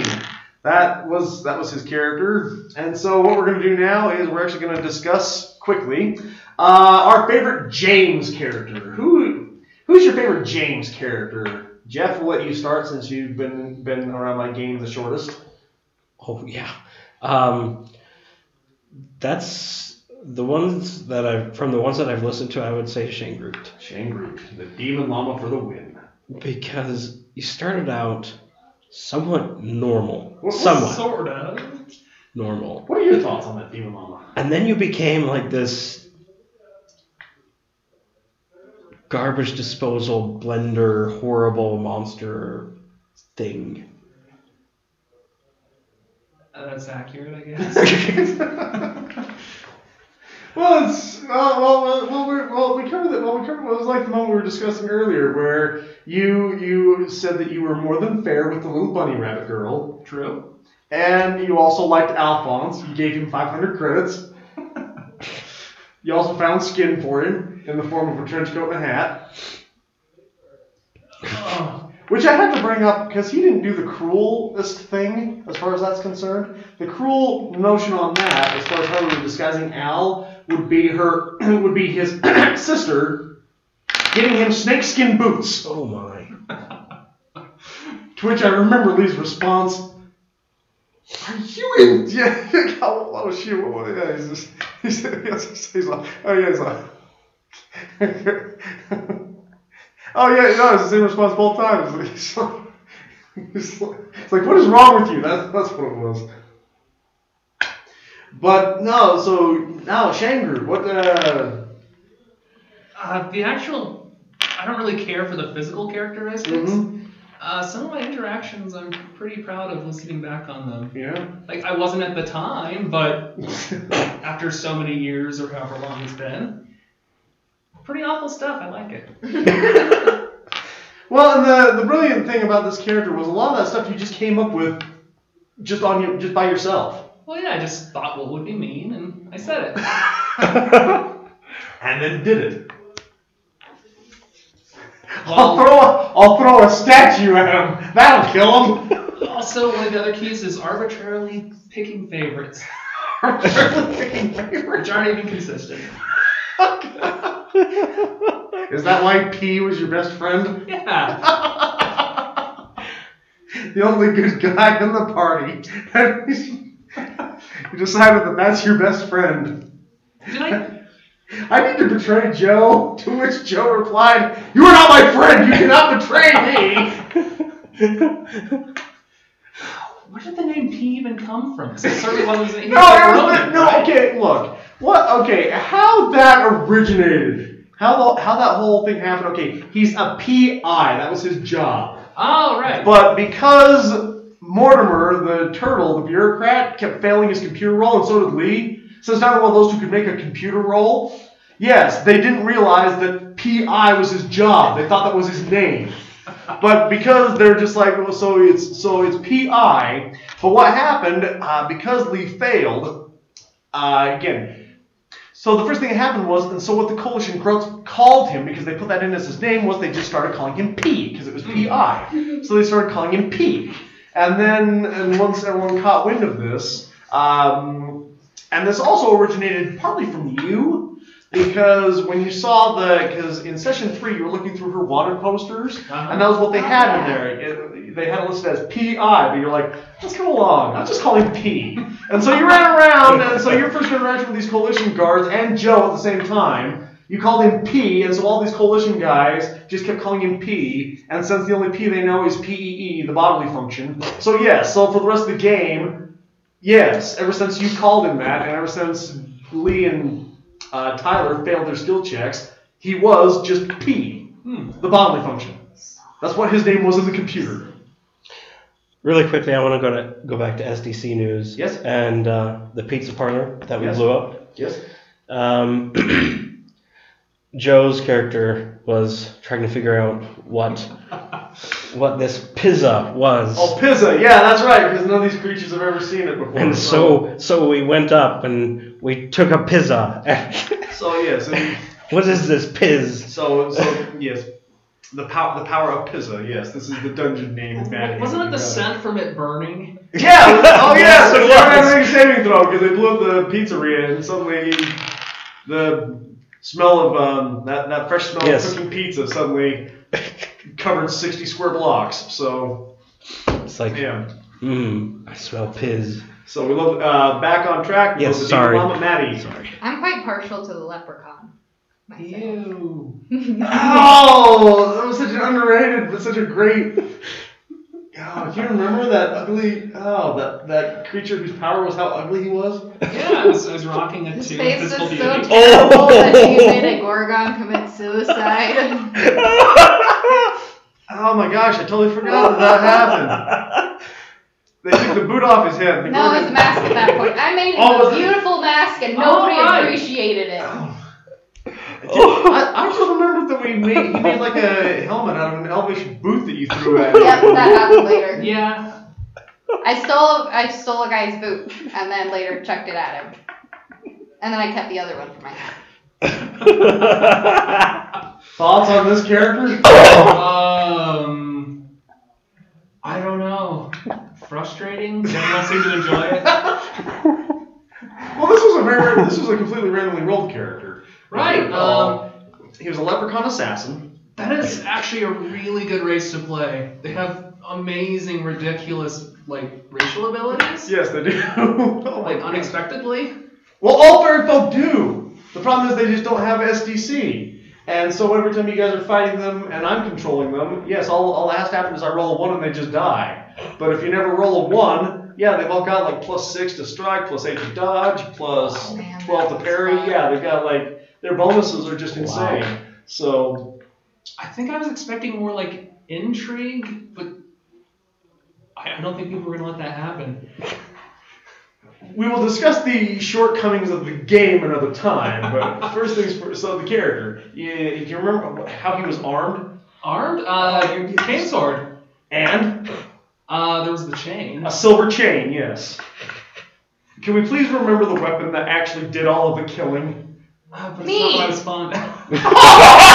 [SPEAKER 1] that was that was his character. And so what we're gonna do now is we're actually gonna discuss quickly uh, our favorite James character. Who who's your favorite James character? Jeff, we'll let you start since you've been been around my game the shortest.
[SPEAKER 2] Oh yeah. Um, that's the ones that I've from the ones that I've listened to. I would say Shane Groot.
[SPEAKER 1] Shane Root, the demon llama for the win.
[SPEAKER 2] because you started out somewhat normal,
[SPEAKER 1] What- what
[SPEAKER 2] somewhat
[SPEAKER 4] Sort of.
[SPEAKER 2] normal,
[SPEAKER 1] What are your thoughts on that demon llama?
[SPEAKER 2] and then you became like this garbage disposal blender horrible monster thing.
[SPEAKER 4] Uh, that's accurate, I guess.
[SPEAKER 1] Well, it's uh, well, well, well, we're, well, we covered that. Well, we covered what it was like the moment we were discussing earlier, where you you said that you were more than fair with the little bunny rabbit girl,
[SPEAKER 4] True.
[SPEAKER 1] and you also liked Alphonse. You gave him 500 credits. you also found skin for him in the form of a trench coat and a hat,
[SPEAKER 4] Oh,
[SPEAKER 1] which I had to bring up because he didn't do the cruelest thing as far as that's concerned. The cruel notion on that, as far as how we were disguising Al, would be her would be his sister getting him snakeskin boots.
[SPEAKER 2] Oh my.
[SPEAKER 1] To which I remember Lee's response. Are you in? Yeah, how what was she? What, what, yeah, he's just, he's, he's, he's like, oh yeah, he's like, oh yeah, no, it's the same response both times. He's like, he's like, it's like, what is wrong with you? That's that's what it was. But no, so now Shangru, what? Uh,
[SPEAKER 4] uh, the actual. I don't really care for the physical characteristics.
[SPEAKER 1] mhm,
[SPEAKER 4] Uh, some of my interactions, I'm pretty proud of listening back on them.
[SPEAKER 1] yeah.
[SPEAKER 4] Like I wasn't at the time, but after so many years or however long it's been, pretty awful stuff. I like it.
[SPEAKER 1] Well, and the, the brilliant thing about this character was a lot of that stuff you just came up with just on your just by yourself.
[SPEAKER 4] Well, yeah, I just thought what would be mean, and I said it.
[SPEAKER 1] And then did it. I'll
[SPEAKER 4] Well,
[SPEAKER 1] throw a, I'll throw a statue at him. That'll kill him.
[SPEAKER 4] also, one of the other keys is arbitrarily picking favorites, which aren't even consistent.
[SPEAKER 1] Is that why P was your best friend?
[SPEAKER 4] Yeah.
[SPEAKER 1] The only good guy in the party. you decided that that's your best friend.
[SPEAKER 4] Did I?
[SPEAKER 1] I need to betray Joe. To which Joe replied, "You are not my friend. You cannot betray me."
[SPEAKER 4] Where did the name P even come from? 'Cause it certainly wasn't an
[SPEAKER 1] No, it was, no. Okay, look. What? Okay, how that originated? How the, how that whole thing happened? Okay, he's a PI. That was his job.
[SPEAKER 4] All right.
[SPEAKER 1] But because Mortimer, the turtle, the bureaucrat, kept failing his computer roll, and so did Lee, since neither one of those two could make a computer roll, yes, they didn't realize that PI was his job. They thought that was his name. But because they're just like, well, so it's so it's PI. But what happened uh, because Lee failed uh, again? So the first thing that happened was, and so what the coalition crowds called him because they put that in as his name was they just started calling him P because it was PI. so they started calling him P. And then, and once everyone caught wind of this, um, and this also originated partly from you because when you saw the because in session three you were looking through her wanted posters
[SPEAKER 4] Uh-huh.
[SPEAKER 1] and that was what they had in there. It, they had it listed as PI, but you're like, let's come along. I'll just call him P. And so you ran around, and so your first interaction with these coalition guards and Joe at the same time, you called him P, and so all these coalition guys just kept calling him P. And since the only P they know is PEE, the bodily function, so yeah, so for the rest of the game, yes, ever since you called him that, and ever since Lee and uh, Tyler failed their skill checks, he was just P,
[SPEAKER 4] Hmm.
[SPEAKER 1] the bodily function. That's what his name was in the computer.
[SPEAKER 2] Really quickly, I want to go to go back to SDC news.
[SPEAKER 1] Yes.
[SPEAKER 2] And uh, the pizza parlor that we
[SPEAKER 1] Yes.
[SPEAKER 2] blew up.
[SPEAKER 1] Yes.
[SPEAKER 2] Um, Joe's character was trying to figure out what what this pizza was.
[SPEAKER 1] Oh, Pizza. Yeah, that's right. Because none of these creatures have ever seen it before.
[SPEAKER 2] And so, so we went up and we took a pizza.
[SPEAKER 1] so yes. and-
[SPEAKER 2] what is this piz?
[SPEAKER 1] so so yes. The power, the power of Pizza. Yes, this is the dungeon name. of Batman.
[SPEAKER 4] Wasn't it
[SPEAKER 1] You got
[SPEAKER 4] the scent from it burning?
[SPEAKER 1] Yeah. it was- Oh yeah.
[SPEAKER 2] Yes,
[SPEAKER 1] so
[SPEAKER 2] it was.
[SPEAKER 1] everybody's saving throw because they blew up the pizzeria and suddenly the smell of um, that that fresh smell
[SPEAKER 2] Yes.
[SPEAKER 1] of cooking pizza suddenly covered sixty square blocks. So
[SPEAKER 2] It's like,
[SPEAKER 1] yeah.
[SPEAKER 2] mmm, I smell piz.
[SPEAKER 1] So we love uh, back on track. We
[SPEAKER 2] Yes,
[SPEAKER 1] love the
[SPEAKER 2] sorry.
[SPEAKER 1] Mama Maddie.
[SPEAKER 2] Sorry.
[SPEAKER 3] I'm quite partial to the leprechaun. myself.
[SPEAKER 4] Ew.
[SPEAKER 1] Oh, that was such an underrated, but such a great. God, do you remember that ugly? Oh, that that creature whose power was how ugly he was.
[SPEAKER 4] Yeah, I was, I was rocking it
[SPEAKER 3] His
[SPEAKER 4] too.
[SPEAKER 3] face was
[SPEAKER 4] physical
[SPEAKER 3] so
[SPEAKER 4] beauty.
[SPEAKER 3] terrible
[SPEAKER 2] Oh!
[SPEAKER 3] that he made a Gorgon commit suicide.
[SPEAKER 1] Oh my gosh, I totally forgot that that happened. They took the boot off his head. The
[SPEAKER 3] no, it was a
[SPEAKER 1] Gorgon-
[SPEAKER 3] mask at that point. I made him
[SPEAKER 1] Oh,
[SPEAKER 3] a
[SPEAKER 1] was it?
[SPEAKER 3] beautiful mask and
[SPEAKER 4] Oh,
[SPEAKER 3] nobody
[SPEAKER 4] right.
[SPEAKER 3] appreciated it.
[SPEAKER 1] I, I should remember that we made you made like a helmet out of an elvish boot that you threw at him.
[SPEAKER 3] yep, that happened later.
[SPEAKER 4] Yeah.
[SPEAKER 3] I stole I stole a guy's boot and then later chucked it at him. And then I kept the other one for my hat.
[SPEAKER 1] Thoughts on this character?
[SPEAKER 4] Um. I don't know. Frustrating. Everyone seemed to enjoy it.
[SPEAKER 1] Well, this was a very this was a completely randomly rolled character. Uh,
[SPEAKER 4] Right. Um.
[SPEAKER 1] he was a leprechaun assassin.
[SPEAKER 4] That is actually a really good race to play. They have amazing, ridiculous like racial abilities.
[SPEAKER 1] Yes, they do. Oh my
[SPEAKER 4] Like
[SPEAKER 1] God.
[SPEAKER 4] unexpectedly.
[SPEAKER 1] Well, all fairy folk do. The problem is they just don't have SDC. And so every time you guys are fighting them and I'm controlling them, yes, all, all that has to happen is I roll a one and they just die. But if you never roll a one, yeah, they've all got like plus six to strike, plus eight to dodge, plus
[SPEAKER 3] Oh, man,
[SPEAKER 1] twelve to
[SPEAKER 3] that
[SPEAKER 1] parry.
[SPEAKER 3] was fun.
[SPEAKER 1] Yeah, they've got like their bonuses are just insane. So
[SPEAKER 4] I think I was expecting more like intrigue, but I I don't think people were gonna let that happen.
[SPEAKER 1] we will discuss the shortcomings of the game another time. But first things first. So the character, yeah, do you remember how he was armed?
[SPEAKER 4] Armed? Uh, your chain sword.
[SPEAKER 1] And
[SPEAKER 4] Uh, there was the chain.
[SPEAKER 1] A silver chain, yes. Can we please remember the weapon that actually did all of the killing?
[SPEAKER 4] Uh, but
[SPEAKER 3] Me.
[SPEAKER 4] it's not what I was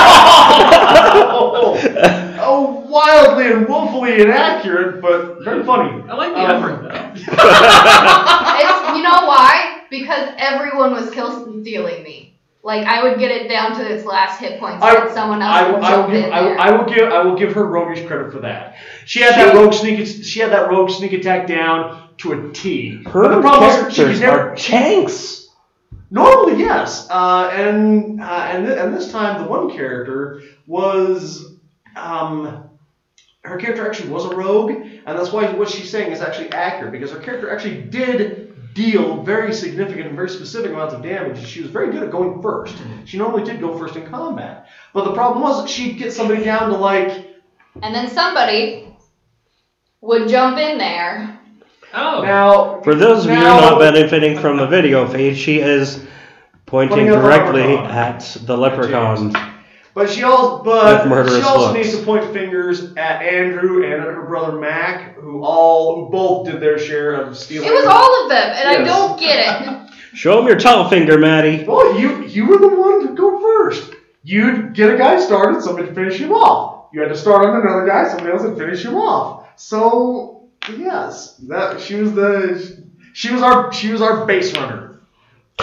[SPEAKER 4] fond.
[SPEAKER 1] Oh, oh, wildly and woefully inaccurate, but very funny.
[SPEAKER 4] I like the
[SPEAKER 1] Um,
[SPEAKER 4] effort though.
[SPEAKER 3] It's, you know why? Because everyone was kill stealing me. Like I would get it down to its last hit points,
[SPEAKER 1] I-
[SPEAKER 3] and someone else
[SPEAKER 1] I,
[SPEAKER 3] would
[SPEAKER 1] will- I,
[SPEAKER 3] jump
[SPEAKER 1] will give,
[SPEAKER 3] in
[SPEAKER 1] I, will-
[SPEAKER 3] there.
[SPEAKER 1] I will give I will give her roguish credit for that. She had that rogue sneak she had that rogue sneak attack down to a T. But
[SPEAKER 2] Her
[SPEAKER 1] the problem is she
[SPEAKER 2] characters
[SPEAKER 1] could never
[SPEAKER 2] are chanks.
[SPEAKER 1] Normally, yes, uh, and uh, and th- and this time the one character was, um, her character actually was a rogue, and that's why what she's saying is actually accurate because her character actually did deal very significant and very specific amounts of damage. and She was very good at going first. She normally did go first in combat, but the problem was that she'd get somebody down to like
[SPEAKER 3] and then somebody would jump in there.
[SPEAKER 4] Oh.
[SPEAKER 1] now.
[SPEAKER 2] For those of you
[SPEAKER 1] now-
[SPEAKER 2] not benefiting from the video feed, she is pointing
[SPEAKER 1] Pointing at the
[SPEAKER 2] directly
[SPEAKER 1] leprechaun.
[SPEAKER 2] at the leprechaun.
[SPEAKER 1] But she also, but
[SPEAKER 2] With murderous
[SPEAKER 1] she also
[SPEAKER 2] looks.
[SPEAKER 1] needs to point fingers at Andrew and her brother Mac, who all, who both did their share of stealing.
[SPEAKER 3] It was all of them, and I
[SPEAKER 1] Yes.
[SPEAKER 3] don't get it.
[SPEAKER 2] Show him your tall finger, Maddie.
[SPEAKER 1] Well, you you were the one to go first. You'd get a guy started, somebody to finish him off. You had to start on another guy, somebody else would finish him off. So yes, that she was the she was our she was our base runner,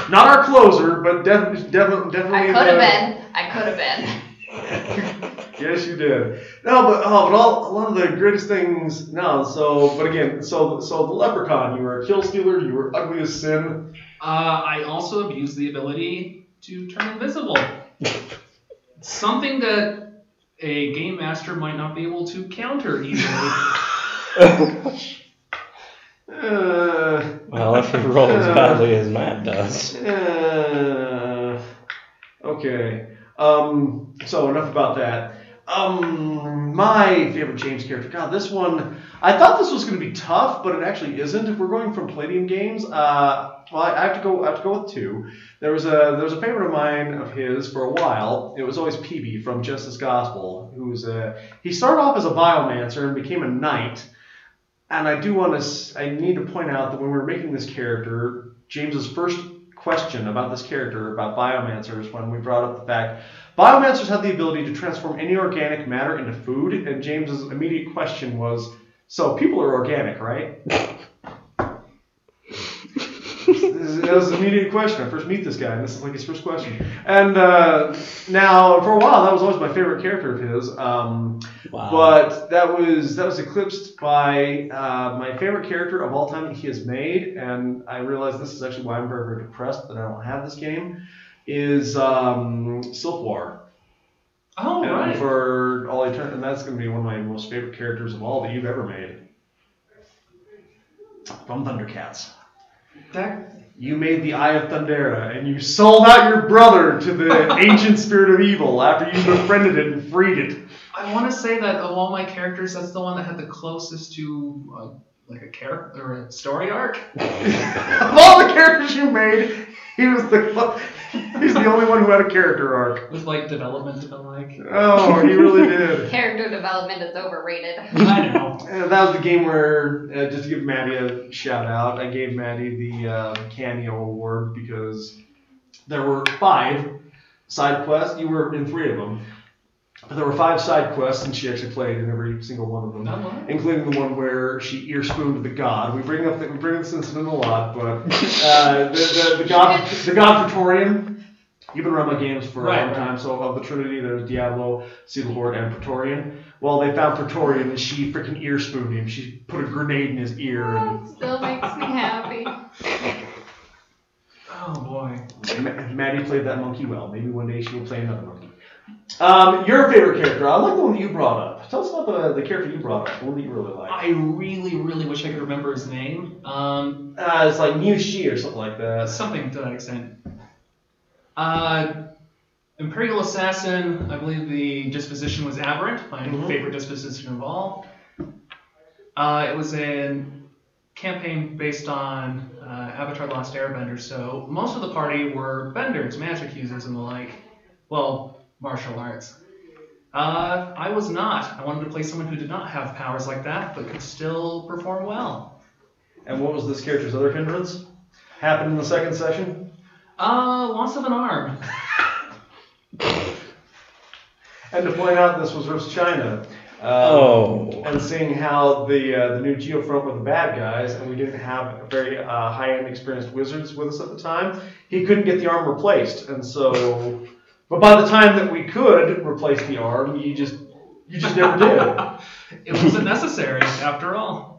[SPEAKER 1] not our closer, but def, def, definitely.
[SPEAKER 3] I could
[SPEAKER 1] the-
[SPEAKER 3] have been. I could have been.
[SPEAKER 1] Yes, you did. No, but oh, but all, a lot of the greatest things. No, so but again, so so the leprechaun. You were a kill stealer. You were ugly as sin.
[SPEAKER 4] Uh, I also abused the ability to turn invisible. Something that a game master might not be able to counter easily.
[SPEAKER 1] Uh,
[SPEAKER 2] Well, if you roll as badly as Matt does.
[SPEAKER 1] uh, okay. Um. So enough about that. Um. My favorite James character. God, this one. I thought this was going to be tough, but it actually isn't. If we're going from Palladium games, uh. Well, I I have to go. I have to go with two. There was a there was a favorite of mine of his for a while. It was always PB from Justice Gospel, who was a he started off as a biomancer and became a knight. And I do want to I need to point out that when we were making this character, James's first question about this character about biomancers when we brought up the fact biomancers have the ability to transform any organic matter into food, and James's immediate question was, "So people are organic, right?" That was the immediate question. I first meet this guy, and this is like his first question. And uh, now, for a while, that was always my favorite character of his. Um,
[SPEAKER 2] Wow.
[SPEAKER 1] But that was that was eclipsed by uh, my favorite character of all time that he has made, and I realize this is actually why I'm very, very depressed that I don't have this game. Is um, Silfwar
[SPEAKER 4] oh,
[SPEAKER 1] And
[SPEAKER 4] right.
[SPEAKER 1] for all eternity, and that's going to be one of my most favorite characters of all that you've ever made. From Thundercats.
[SPEAKER 4] That,
[SPEAKER 1] You made the Eye of Thundera, and you sold out your brother to the ancient spirit of evil after you befriended it and freed it.
[SPEAKER 4] I want to say that of all my characters, that's the one that had the closest to uh, like a character or a story arc.
[SPEAKER 1] Of all the characters you made, he was the He's the only one who had a character arc.
[SPEAKER 4] With like development and like.
[SPEAKER 1] Oh, he really did.
[SPEAKER 3] Character development is overrated.
[SPEAKER 4] I know.
[SPEAKER 1] Uh, that was the game where, uh, just to give Maddie a shout out, I gave Maddie the uh, cameo award because there were five side quests. You were in three of them, but there were five side quests, and she actually played in every single one of them.
[SPEAKER 4] Not mine.
[SPEAKER 1] including the one where she ear spooned the god. We bring up the, we bring this incident a lot, but uh, the, the, the god the god Praetorian. You've been around my games for a
[SPEAKER 4] Right,
[SPEAKER 1] long
[SPEAKER 4] right.
[SPEAKER 1] time, so of the Trinity, there's Diablo, Seal Horde, and Praetorian. Well, they found Praetorian, and she freaking ear spooned him. She put a grenade in his ear, and
[SPEAKER 3] Still makes me happy.
[SPEAKER 4] Oh boy.
[SPEAKER 1] Ma- Maddie played that monkey well. Maybe one day she will play another monkey. Um, your favorite character? I like the one that you brought up. Tell us about the, the character you brought up, the one that you really like.
[SPEAKER 4] I really, really wish I could remember his name. Um,
[SPEAKER 1] Uh, it's like New She or something like that.
[SPEAKER 4] Uh, something to that extent. Uh, Imperial Assassin. I believe the disposition was Aberrant, my
[SPEAKER 1] Mhm.
[SPEAKER 4] favorite disposition of all. Uh, it was a campaign based on uh, Avatar: The Last Airbender, so most of the party were benders, magic users, and the like. Well, martial arts. Uh, I was not. I wanted to play someone who did not have powers like that, but could still perform well.
[SPEAKER 1] And what was this character's other hindrance? Happened in the second session.
[SPEAKER 4] Uh, loss of an arm.
[SPEAKER 1] And to point out, this was versus China. Uh,
[SPEAKER 2] Oh.
[SPEAKER 1] And seeing how the uh, the new Geofront were the bad guys, and we didn't have very uh, high end experienced wizards with us at the time, he couldn't get the arm replaced, and so. But by the time that we could replace the arm, you just you just never did.
[SPEAKER 4] It wasn't necessary, after all.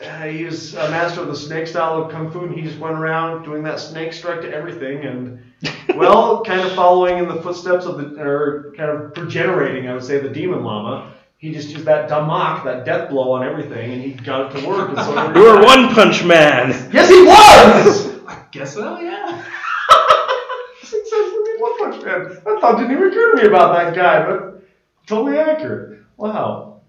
[SPEAKER 1] Uh, he was a master of the snake style of kung fu, and he just went around doing that snake strike to everything, and well, kind of following in the footsteps of the, or kind of regenerating, I would say, the demon llama. He just used that damak, that death blow on everything, and he got it to work. And so
[SPEAKER 2] You were One Punch Man.
[SPEAKER 1] Yes, he was.
[SPEAKER 4] Guess so, yeah.
[SPEAKER 1] Successfully One Punch Man. That thought didn't even occur to me about that guy, but totally accurate. Wow.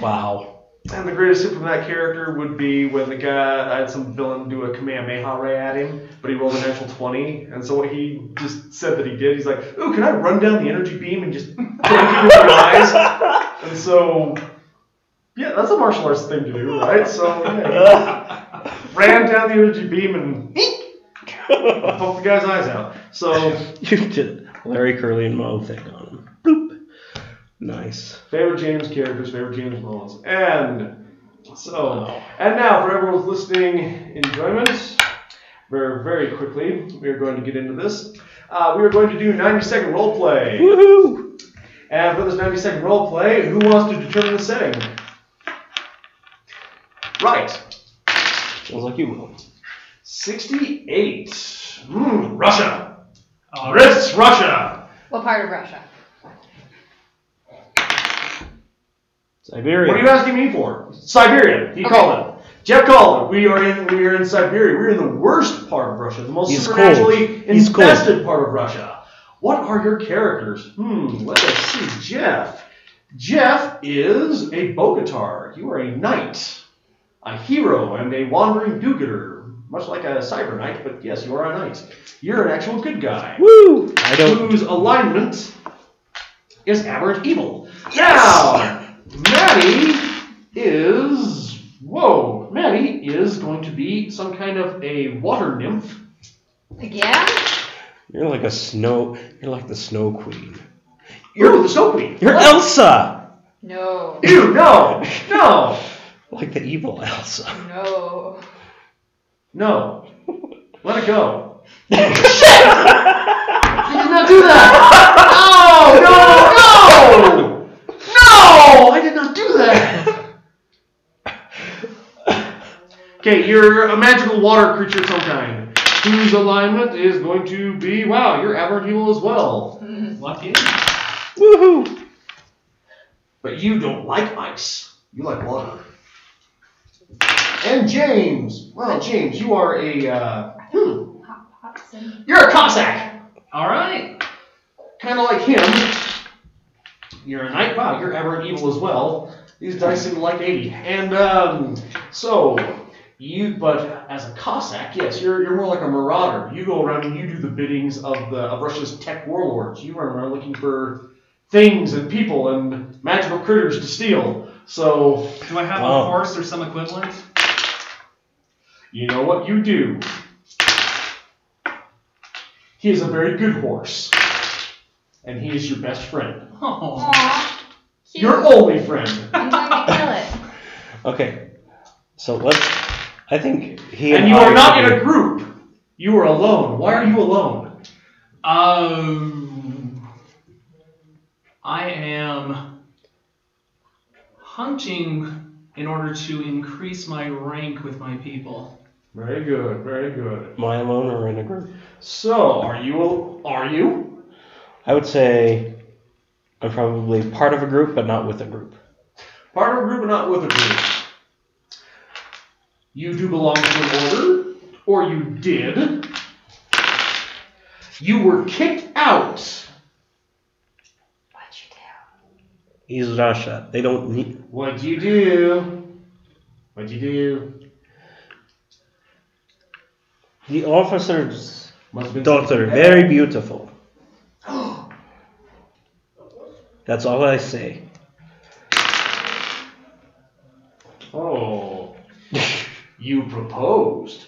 [SPEAKER 2] Wow.
[SPEAKER 1] And the greatest hit from that character would be when the guy I had some villain do a Kamehameha ray at him, but he rolled an actual 20. And so what he just said that he did, he's like, Ooh, can I run down the energy beam and just put it in your eyes? And so, yeah, that's a martial arts thing to do, right? So, yeah. ran down the energy beam and poked the guy's eyes out. So,
[SPEAKER 2] You did Larry Curly and Moe thing on him. Boop. Nice.
[SPEAKER 1] favorite James characters, favorite James moments, and so. And now, for everyone's listening enjoyment, very very quickly, we are going to get into this. Uh, we are going to do 90 second role play,
[SPEAKER 2] Woohoo!
[SPEAKER 1] and for this 90 second role play, who wants to determine the setting? Right.
[SPEAKER 2] Sounds like you will.
[SPEAKER 1] 68. Mm, Russia.
[SPEAKER 4] All right.
[SPEAKER 1] Wrists, Russia.
[SPEAKER 3] What part of Russia?
[SPEAKER 2] Siberia.
[SPEAKER 1] What are you asking me for? Siberia. He
[SPEAKER 3] Okay.
[SPEAKER 1] called it. Jeff called it. We are in we are in Siberia. We're in the worst part of Russia, the most
[SPEAKER 2] He's
[SPEAKER 1] supernaturally
[SPEAKER 2] cold. He's cold.
[SPEAKER 1] infested part of Russia. What are your characters? Hmm, let us see. Jeff. Jeff is a Bogotar. You are a knight, a hero, and a wandering do-gooder. Much like a cyber knight, but yes, you are a knight. You're an actual good guy.
[SPEAKER 2] Woo! I don't.
[SPEAKER 1] whose alignment is aberrant evil. Now, Maddie is. Whoa, Maddie is going to be some kind of a water nymph.
[SPEAKER 3] Again?
[SPEAKER 2] You're like a snow. You're like the snow queen.
[SPEAKER 1] You're the snow queen.
[SPEAKER 2] You're Elsa.
[SPEAKER 3] No.
[SPEAKER 1] Ew, no, no,
[SPEAKER 2] Like the evil Elsa.
[SPEAKER 3] No.
[SPEAKER 1] no. Let it go. I did not do that. No, no, no, no! I did not do that. Okay, you're a magical water creature of some kind, whose alignment is going to be wow. You're aberrant evil as well,
[SPEAKER 4] Lucky.
[SPEAKER 2] Woohoo!
[SPEAKER 1] but you don't like ice. You like water. And James, well, James, you are a uh, hmm,
[SPEAKER 3] Hobson.
[SPEAKER 1] you're a Cossack,
[SPEAKER 4] All right.
[SPEAKER 1] kind of like him. You're a knight. Wow, you're aberrant evil as well. These dice seem like eighty. And um, so You, but as a Cossack, yes, you're, you're more like a marauder. You go around and you do the biddings of the of Russia's tech warlords. You run around looking for things and people and magical critters to steal. So
[SPEAKER 4] Do I have
[SPEAKER 2] Wow.
[SPEAKER 4] a horse or some equivalent?
[SPEAKER 1] you know what you do. He is a very good horse, and he is your best friend,
[SPEAKER 4] Oh.
[SPEAKER 3] Aww. Cute.
[SPEAKER 1] your only friend.
[SPEAKER 3] I'm going to kill it.
[SPEAKER 2] Okay. So let's. I think he and,
[SPEAKER 1] And you
[SPEAKER 2] I
[SPEAKER 1] are not in
[SPEAKER 2] should
[SPEAKER 1] a group. You are alone. Why are you alone?
[SPEAKER 4] Um, I am hunting in order to increase my rank with my people.
[SPEAKER 1] Very good. Very good.
[SPEAKER 2] be- Am I alone or in a group?
[SPEAKER 1] So are you? al- Are you?
[SPEAKER 2] I would say I'm probably part of a group, but not with a group.
[SPEAKER 1] Part of a group or not with a group? You do belong to an order, or you did. You were kicked out.
[SPEAKER 3] What'd you do?
[SPEAKER 2] He's Russia. They don't need.
[SPEAKER 1] What'd you do? What'd you do?
[SPEAKER 2] The officer's
[SPEAKER 1] Must have been
[SPEAKER 2] daughter, very beautiful. That's all I say.
[SPEAKER 1] Oh. You proposed.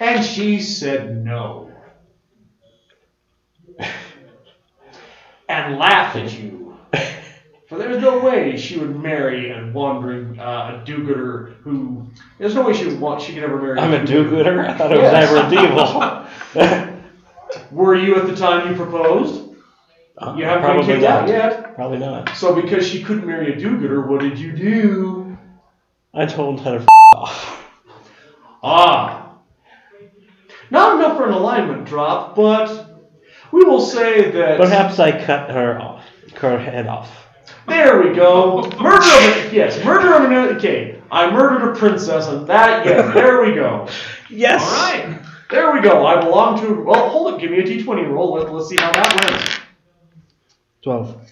[SPEAKER 1] And she said no. and laughed at you. For there's no way she would marry a wandering uh, a do-gooder who. There's no way she would want she could ever marry.
[SPEAKER 2] I'm a do-gooder. I thought it was
[SPEAKER 1] Yes.
[SPEAKER 2] Aberdeen.
[SPEAKER 1] Were you at the time you proposed?
[SPEAKER 2] Uh,
[SPEAKER 1] You haven't been kicked out yet.
[SPEAKER 2] Probably not.
[SPEAKER 1] So because she couldn't marry a do-gooder, what did you do?
[SPEAKER 2] I told her to f- off.
[SPEAKER 1] Ah. Not enough for an alignment drop, but we will say that.
[SPEAKER 2] Perhaps I cut her off, cut her head off.
[SPEAKER 1] There we go. Murder of a, yes, murder of an okay. I murdered a princess, and that yes, there we go.
[SPEAKER 2] Yes.
[SPEAKER 4] All right.
[SPEAKER 1] There we go. I belong to. Well, hold it. Give me a d20 roll. Let, let's see how that went.
[SPEAKER 2] Twelve.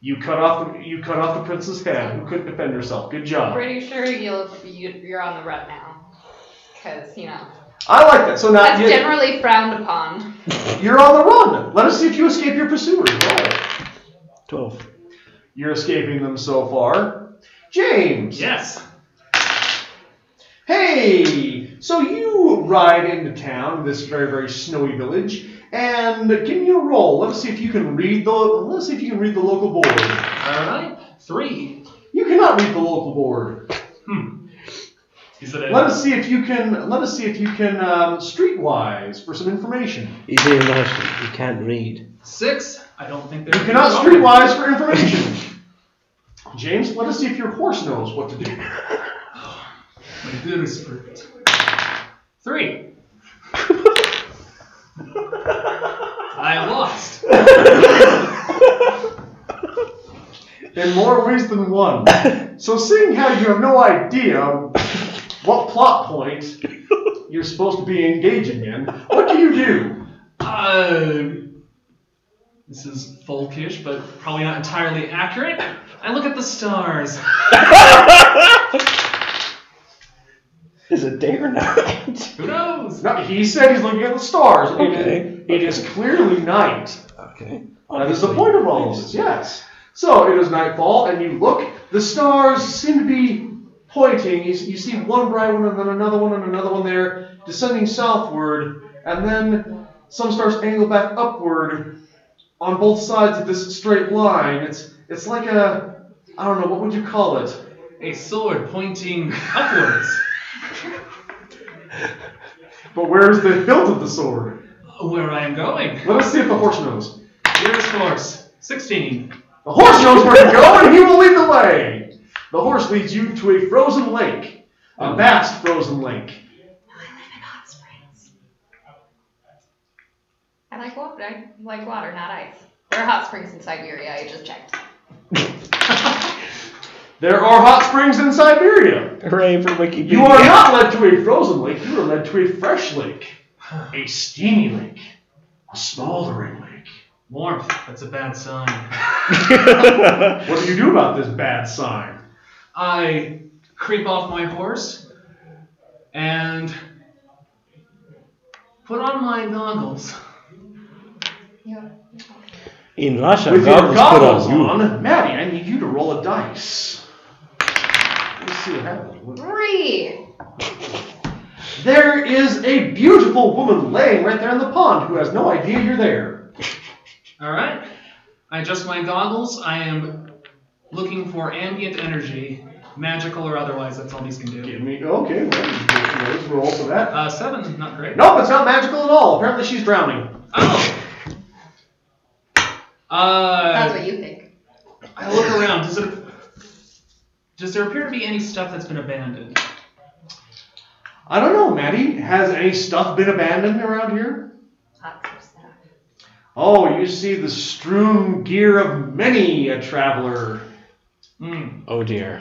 [SPEAKER 1] You cut off the you cut off the princess' head. Who couldn't defend herself? Good job.
[SPEAKER 3] Pretty sure you'll, you, you're on the run now. Because, you know,
[SPEAKER 1] I like that. So now
[SPEAKER 3] that's
[SPEAKER 1] you,
[SPEAKER 3] generally frowned upon.
[SPEAKER 1] you're on the run. Let us see if you escape your pursuers. Roll.
[SPEAKER 2] Twelve.
[SPEAKER 1] You're escaping them so far. James.
[SPEAKER 4] Yes.
[SPEAKER 1] Hey! So you ride into town, this very, very snowy village, and give me a roll. Let's see if you can read the let's see if you can read the local board.
[SPEAKER 4] All right. Three. Hmm.
[SPEAKER 1] You cannot read the local board.
[SPEAKER 4] Is
[SPEAKER 1] Let
[SPEAKER 4] it a,
[SPEAKER 1] us see if you can let us see if you can um, streetwise for some information.
[SPEAKER 2] He's in Russian. He can't read.
[SPEAKER 4] six? I don't think
[SPEAKER 1] You
[SPEAKER 4] there's.
[SPEAKER 1] cannot streetwise for information. James, let us see if your horse knows what to do.
[SPEAKER 4] My goodness, fruit. Three. I lost.
[SPEAKER 1] in more ways than one. So seeing how you have no idea what plot point you're supposed to be engaging in, what do you do?
[SPEAKER 4] Um, this is folkish, but probably not entirely accurate. I look at the stars.
[SPEAKER 2] Is it day or night?
[SPEAKER 4] Who knows?
[SPEAKER 1] No, he said he's looking at the stars. It is-
[SPEAKER 2] Okay.
[SPEAKER 1] it is clearly night.
[SPEAKER 2] okay.
[SPEAKER 1] That is the point of all of this, yes. So it is nightfall, and you look. The stars seem to be pointing. You, you see one bright one, and then another one, and another one there, descending southward, and then some stars angle back upward on both sides of this straight line. It's it's like a I don't know what would you call it.
[SPEAKER 4] A sword pointing upwards.
[SPEAKER 1] But where's the hilt of the sword?
[SPEAKER 4] Where I am going.
[SPEAKER 1] Let us see if the horse knows.
[SPEAKER 4] Here's horse. Sixteen.
[SPEAKER 1] The horse knows where to go, and he will lead the way. The horse leads you to a frozen lake, a vast frozen lake.
[SPEAKER 3] Hot springs. I like water. I like water, not ice. There are hot springs in Siberia. I just checked.
[SPEAKER 1] There are hot springs in Siberia.
[SPEAKER 2] Hooray for Wikipedia.
[SPEAKER 1] You are not led to a frozen lake, you are led to a fresh lake, a steamy lake, a smoldering lake.
[SPEAKER 4] Warmth. That's a bad sign.
[SPEAKER 1] What do you do about this bad sign?
[SPEAKER 4] I creep off my horse and put on my goggles.
[SPEAKER 3] You-
[SPEAKER 2] In Russia,
[SPEAKER 1] With your
[SPEAKER 2] goggles put
[SPEAKER 1] goggles
[SPEAKER 2] on you.
[SPEAKER 1] on, Maddie, I need you to roll a dice. Let's see what happens.
[SPEAKER 3] Three.
[SPEAKER 1] There is a beautiful woman laying right there in the pond who has no idea you're there.
[SPEAKER 4] All right. I adjust my goggles. I am looking for ambient energy, magical or otherwise. That's all these can do.
[SPEAKER 1] Give me okay. Well, let's roll for that.
[SPEAKER 4] Uh, seven, not great.
[SPEAKER 1] Nope, it's not magical at all. Apparently, she's drowning.
[SPEAKER 4] Oh.
[SPEAKER 3] That's
[SPEAKER 4] Uh,
[SPEAKER 3] what you think.
[SPEAKER 4] I look around. Does it? Does there appear to be any stuff that's been abandoned?
[SPEAKER 1] I don't know, Maddie. Has any stuff been abandoned around here?
[SPEAKER 3] Lots of stuff.
[SPEAKER 1] Oh, you see the strewn gear of many a traveler.
[SPEAKER 4] Hmm.
[SPEAKER 2] Oh dear.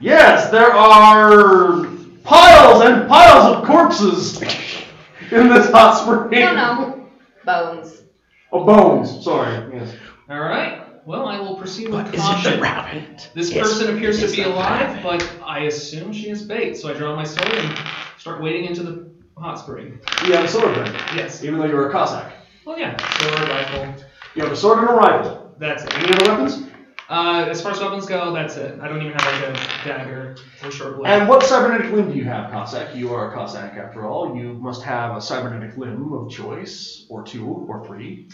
[SPEAKER 1] Yes, there are piles and piles of corpses in this hot spring.
[SPEAKER 3] No, no. Bones.
[SPEAKER 1] Oh, bones. Sorry. Yes.
[SPEAKER 4] All right. Well, I will proceed with
[SPEAKER 2] But is it the
[SPEAKER 4] caution.
[SPEAKER 2] rabbit?
[SPEAKER 4] This
[SPEAKER 2] Yes,
[SPEAKER 4] person appears
[SPEAKER 2] it
[SPEAKER 4] to
[SPEAKER 2] is
[SPEAKER 4] be
[SPEAKER 2] the rabbit.
[SPEAKER 4] alive, but I assume she is bait. So I draw my sword and start wading into the hot spring.
[SPEAKER 1] You have a sword then,
[SPEAKER 4] Yes.
[SPEAKER 1] even though you're a Cossack.
[SPEAKER 4] Well, yeah. Sword, rifle.
[SPEAKER 1] You have a sword and a rifle.
[SPEAKER 4] That's it.
[SPEAKER 1] Any other weapons?
[SPEAKER 4] Uh, as far as weapons go, that's it. I don't even have like a dagger or short blade.
[SPEAKER 1] And what cybernetic limb do you have, Cossack? You are a Cossack after all. You must have a cybernetic limb of choice, or two, or three.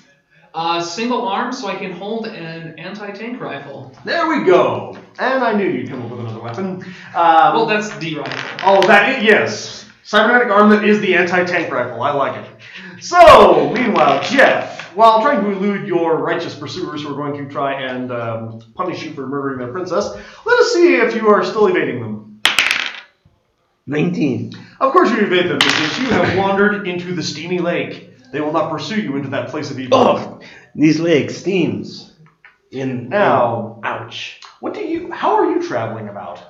[SPEAKER 4] Uh, single arm, so I can hold an anti-tank rifle.
[SPEAKER 1] There we go. And I knew you'd come up with another weapon. Um,
[SPEAKER 4] Well, that's D rifle. Uh,
[SPEAKER 1] Oh, that is, yes. Cybernetic armament is the anti-tank rifle. I like it. So, meanwhile, Jeff, while trying to elude your righteous pursuers who are going to try and um, punish you for murdering their princess, let us see if you are still evading them.
[SPEAKER 2] 19.
[SPEAKER 1] Of course you evade them because you have wandered into the steamy lake. They will not pursue you into that place of evil.
[SPEAKER 2] Oh, these legs, steams. In
[SPEAKER 1] Now-
[SPEAKER 2] in- ouch.
[SPEAKER 1] What do you? How are you traveling about?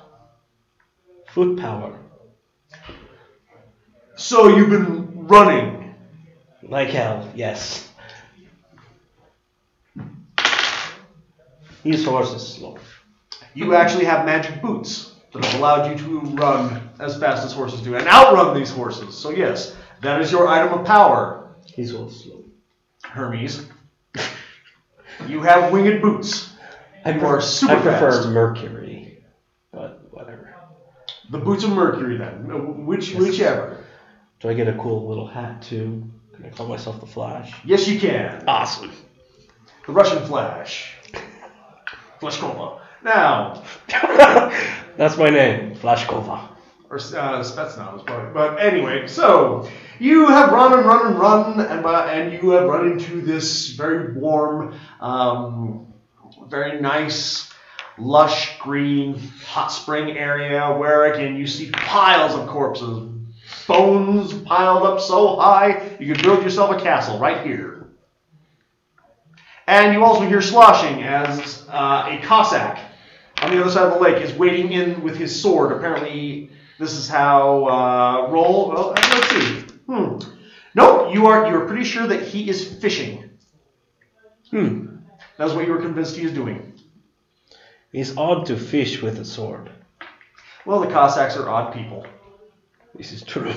[SPEAKER 2] Foot power,
[SPEAKER 1] So you've been running.
[SPEAKER 2] like hell. Yes. His horse is slow.
[SPEAKER 1] You actually have magic boots that have allowed you to run as fast as horses do and outrun these horses. So, yes, that is your item of power,
[SPEAKER 2] His horse is slow.
[SPEAKER 1] Hermes. You have winged boots.
[SPEAKER 2] I,
[SPEAKER 1] You are super
[SPEAKER 2] I prefer
[SPEAKER 1] fast.
[SPEAKER 2] Mercury, but whatever.
[SPEAKER 1] The boots of Mercury, then. Which, whichever.
[SPEAKER 2] Do I get a cool little hat too? Can I call myself the Flash?
[SPEAKER 1] Yes, you can.
[SPEAKER 2] Awesome.
[SPEAKER 1] The Russian Flash. Flash Kova. Now,
[SPEAKER 2] That's my name, Flashkova.
[SPEAKER 1] or uh, Spetsnaz, but, but anyway, so you have run and run and run, and uh, and you have run into this very warm, um, very nice, lush green hot spring area where again you see piles of corpses, bones piled up so high you could build yourself a castle right here. And you also hear sloshing as uh, a Cossack on the other side of the lake is wading in with his sword. Apparently, this is how uh, roll. Well, let's see. Hmm. Nope, you are you are pretty sure that he is fishing.
[SPEAKER 2] Hmm.
[SPEAKER 1] That's what you were convinced he is doing.
[SPEAKER 2] It's odd to fish with a sword.
[SPEAKER 1] Well, the Cossacks are odd people.
[SPEAKER 2] This is true.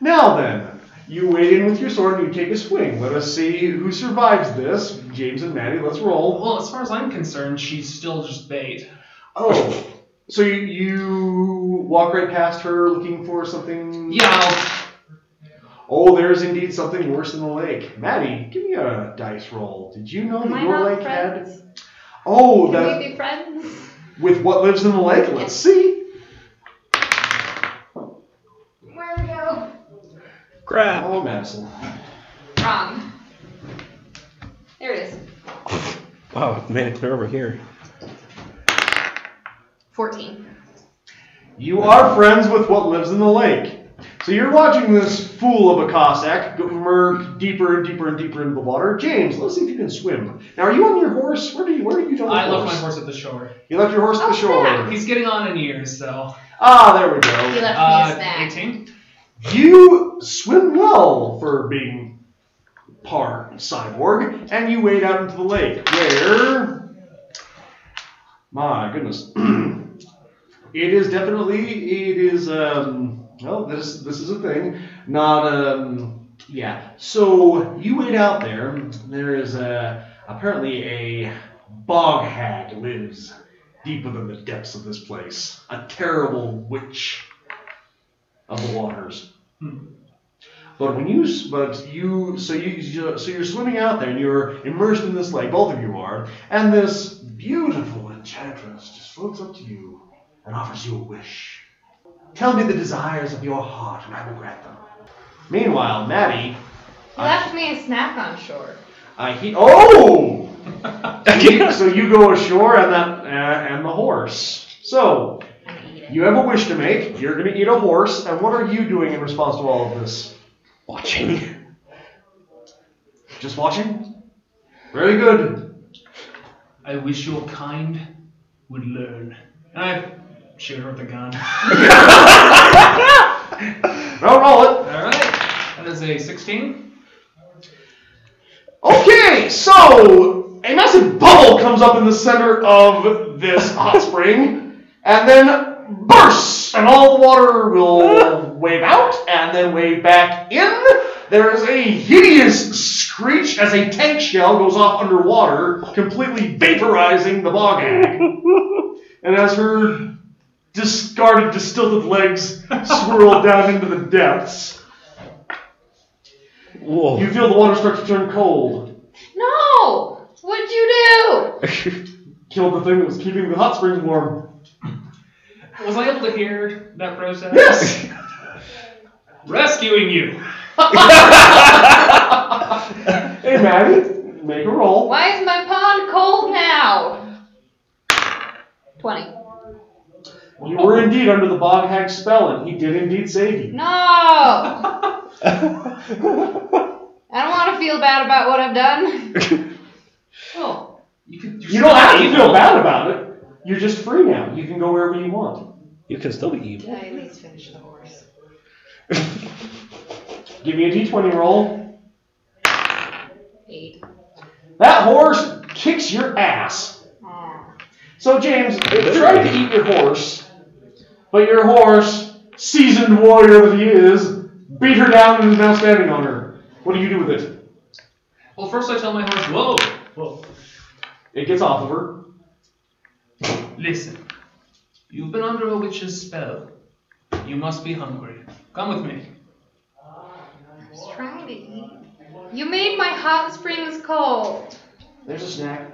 [SPEAKER 1] Now then, you wade in with your sword and you take a swing. Let us see who survives this. James and Maddie, let's roll.
[SPEAKER 4] Well, as far as I'm concerned, she's still just bait.
[SPEAKER 1] Oh, so you, you walk right past her looking for something.
[SPEAKER 4] Yeah, I'll,
[SPEAKER 1] Oh, there is indeed something worse than the lake. Maddie, give me a dice roll. Did you know
[SPEAKER 3] Am
[SPEAKER 1] that
[SPEAKER 3] I
[SPEAKER 1] your
[SPEAKER 3] not
[SPEAKER 1] lake had?
[SPEAKER 3] friends?
[SPEAKER 1] Oh,
[SPEAKER 3] Can
[SPEAKER 1] that
[SPEAKER 3] we be friends?
[SPEAKER 1] with what lives in the lake? Let's see.
[SPEAKER 3] Where we go?
[SPEAKER 2] Crap.
[SPEAKER 1] Oh, Madison.
[SPEAKER 3] Wrong. There it is.
[SPEAKER 2] Wow, it made it clear over here.
[SPEAKER 3] Fourteen.
[SPEAKER 1] You are friends with what lives in the lake. So you're watching this fool of a Cossack go merge deeper and deeper and deeper into the water. James, let's see if you can swim. Now, are you on your horse? Where do you? Where are you on
[SPEAKER 4] I
[SPEAKER 1] your
[SPEAKER 4] left my horse at the shore.
[SPEAKER 1] You left your horse at the
[SPEAKER 3] Oh,
[SPEAKER 1] shore.
[SPEAKER 4] He's getting on in years, so.
[SPEAKER 1] Ah, there we
[SPEAKER 3] He
[SPEAKER 1] go.
[SPEAKER 3] left me a
[SPEAKER 4] Uh,
[SPEAKER 3] snack.
[SPEAKER 4] 18?
[SPEAKER 1] You swim well for being par cyborg, and you wade out into the lake where My goodness. it is definitely it is um well this this is a thing. Not um yeah. So you went out there. There is a apparently a bog hag lives deeper than the depths of this place. A terrible witch of the waters. But when you, s- but you, so you, you- so you're swimming out there and you're immersed in this lake, both of you are, and this beautiful enchantress just floats up to you and offers you a wish. Tell me the desires of your heart and I will grant them. Meanwhile, Maddie,
[SPEAKER 3] He left me a snack on shore.
[SPEAKER 1] I he, oh! You- so you go ashore and that, uh, and the horse. So,
[SPEAKER 3] I'm gonna eat it.
[SPEAKER 1] you have a wish to make, you're gonna eat a horse, and what are you doing in response to all of this?
[SPEAKER 2] Watching.
[SPEAKER 1] Just watching? Very good.
[SPEAKER 4] I wish your kind would learn. And I shoot her with a gun.
[SPEAKER 1] Now roll it.
[SPEAKER 4] Alright, that is a 16.
[SPEAKER 1] Okay, so a massive bubble comes up in the center of this hot spring and then bursts, and all the water will wave out and then wave back in. There is a hideous screech as a tank shell goes off underwater, completely vaporizing the bog hag. and as her discarded, distilted legs swirl down into the depths,
[SPEAKER 2] Whoa.
[SPEAKER 1] you feel the water start to turn cold.
[SPEAKER 3] No! What'd you
[SPEAKER 1] killed the thing that was keeping the hot springs warm.
[SPEAKER 4] Was I able to hear that process?
[SPEAKER 1] Yes!
[SPEAKER 4] Rescuing you!
[SPEAKER 1] hey, Maddie, make a
[SPEAKER 3] do?
[SPEAKER 1] roll.
[SPEAKER 3] Why is my pond cold now? 20.
[SPEAKER 1] You were indeed under the bog hag spell, and he did indeed save you.
[SPEAKER 3] No! I don't want to feel bad about what I've done. Oh,
[SPEAKER 4] Well, you could.
[SPEAKER 1] You don't have to feel bad about it. You're just free now. You can go wherever you want.
[SPEAKER 2] You can still be evil.
[SPEAKER 3] Did I at least finish the horse?
[SPEAKER 1] Give me a d20 roll.
[SPEAKER 3] Eight.
[SPEAKER 1] That horse kicks your ass.
[SPEAKER 3] Aw.
[SPEAKER 1] So, James, it tried to eat your horse, but your horse, seasoned warrior that he is, beat her down and is now standing on her. What do you do with it?
[SPEAKER 4] Well, first I tell my horse, whoa, whoa,
[SPEAKER 1] It gets off of her.
[SPEAKER 4] listen. You've been under a witch's spell. You must be hungry. Come with me.
[SPEAKER 3] I was trying to eat. You made my hot springs cold.
[SPEAKER 1] There's a snack.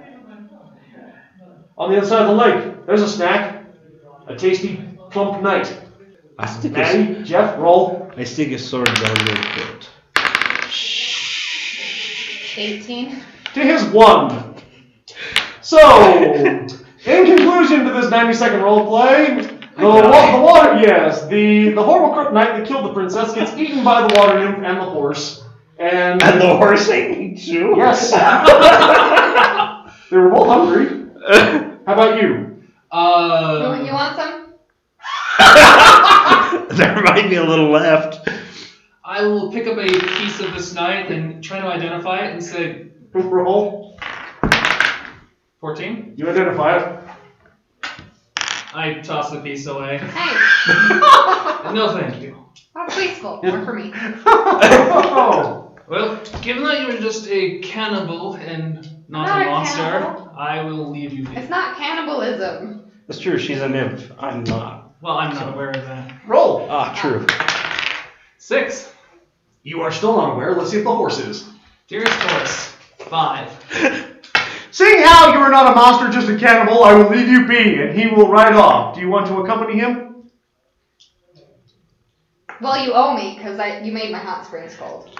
[SPEAKER 1] On the other side of the lake, there's a snack. A tasty, plump knight.
[SPEAKER 2] I stick a,
[SPEAKER 1] Maddie, Jeff, roll.
[SPEAKER 2] I stick a sword down your throat.
[SPEAKER 3] 18.
[SPEAKER 1] To his one. So, in conclusion to this 90 second role play, the, wa- the water, yes, the, the horrible crook knight that killed the princess gets eaten by the water nymph and the horse. And,
[SPEAKER 2] And the horse ate me too.
[SPEAKER 1] yes, they were both hungry. How about you?
[SPEAKER 4] Uh,
[SPEAKER 3] you want some?
[SPEAKER 2] there might be a little left.
[SPEAKER 4] I will pick up a piece of this knife and try to identify it and say,
[SPEAKER 1] Roll.
[SPEAKER 4] 14?
[SPEAKER 1] You identify it.
[SPEAKER 4] I toss the piece away.
[SPEAKER 3] Hey,
[SPEAKER 4] No, thank you.
[SPEAKER 3] that's wasteful. More for me.
[SPEAKER 4] Well, given that you're just a cannibal and not,
[SPEAKER 3] Not
[SPEAKER 4] a
[SPEAKER 3] a
[SPEAKER 4] monster,
[SPEAKER 3] cannibal.
[SPEAKER 4] I will leave you be.
[SPEAKER 3] It's not cannibalism.
[SPEAKER 2] That's true. She's a nymph. I'm not.
[SPEAKER 4] Well, I'm not aware of that.
[SPEAKER 1] Roll.
[SPEAKER 2] Ah, true.
[SPEAKER 4] Six.
[SPEAKER 1] You are still not aware. Let's see if the horse is.
[SPEAKER 4] Dearest horse. Five.
[SPEAKER 1] Seeing how you are not a monster, just a cannibal, I will leave you be, and he will ride off. Do you want to accompany him?
[SPEAKER 3] Well, you owe me because I you made my hot springs cold.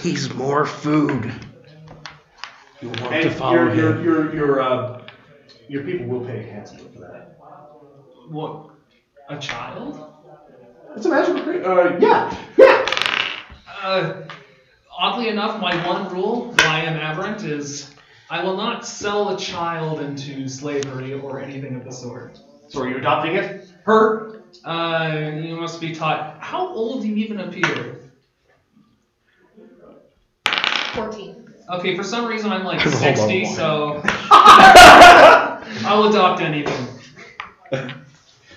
[SPEAKER 2] He's more food. You want
[SPEAKER 1] And
[SPEAKER 2] to follow
[SPEAKER 1] your, your,
[SPEAKER 2] him.
[SPEAKER 1] your, your, uh, your people will pay handsomely for that.
[SPEAKER 4] What? A child?
[SPEAKER 1] It's a magical creature. Uh, yeah, yeah.
[SPEAKER 4] Uh, oddly enough, my one rule, why I'm aberrant, is I will not sell a child into slavery or anything of the sort.
[SPEAKER 1] So are you adopting it? Her?
[SPEAKER 4] Uh, you must be taught. How old do you even appear?
[SPEAKER 3] 14.
[SPEAKER 4] Okay, for some reason I'm like
[SPEAKER 2] Hold on,
[SPEAKER 4] 60,
[SPEAKER 2] why?
[SPEAKER 4] so I'll adopt anything.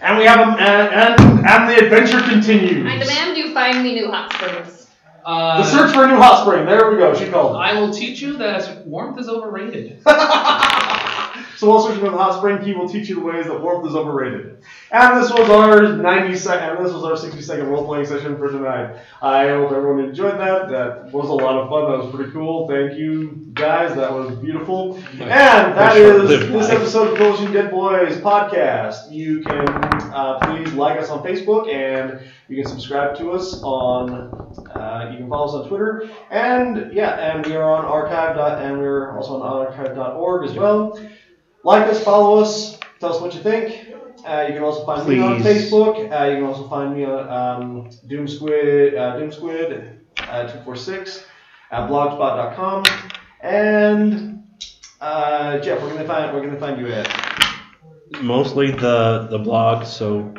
[SPEAKER 1] And we have a and and, and the adventure continues.
[SPEAKER 3] I demand you find me new hot springs.
[SPEAKER 4] Uh,
[SPEAKER 1] The search for a new hot spring. There we go. She called
[SPEAKER 4] I will teach you that warmth is overrated.
[SPEAKER 1] it. so while searching for the hot spring, he will teach you the ways that warmth is overrated. And this was our 90 second. And this was our 60 second role playing session for tonight. I hope everyone enjoyed that. That was a lot of fun. That was pretty cool. Thank you guys. That was beautiful. And that is this episode of Coalition Dead Boys podcast. You can uh, please like us on Facebook and you can subscribe to us on, uh, you can follow us on Twitter. And yeah, and we are on archive. dot- And we're also on archive.org as well. Like us, follow us, tell us what you think. Uh, you can also find me on
[SPEAKER 2] Please.
[SPEAKER 1] Facebook. Uh, you can also find me on um, Doom Squid, uh, Doom Squid, uh, 246 at blogspot.com. And uh, Jeff, where can they find where can they find you at?
[SPEAKER 2] Mostly the the blog, so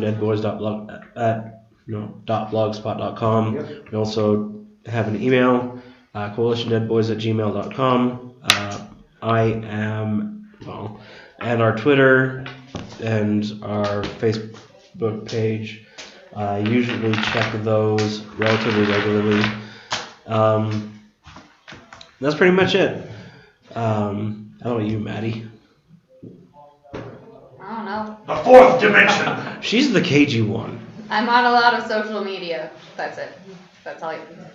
[SPEAKER 2] coalitiondeadboys.blog at no dot blogspot.com.
[SPEAKER 1] Yep.
[SPEAKER 2] We also have an email, uh, coalitiondeadboys at gmail.com. Uh, I am well, and our Twitter and our Facebook page. uh, I usually check those relatively regularly. Um, that's pretty much it. Um, how about you, Maddie?
[SPEAKER 3] I don't know.
[SPEAKER 1] The fourth dimension.
[SPEAKER 2] She's the cagey one.
[SPEAKER 3] I'm on a lot of social media. That's it. That's all.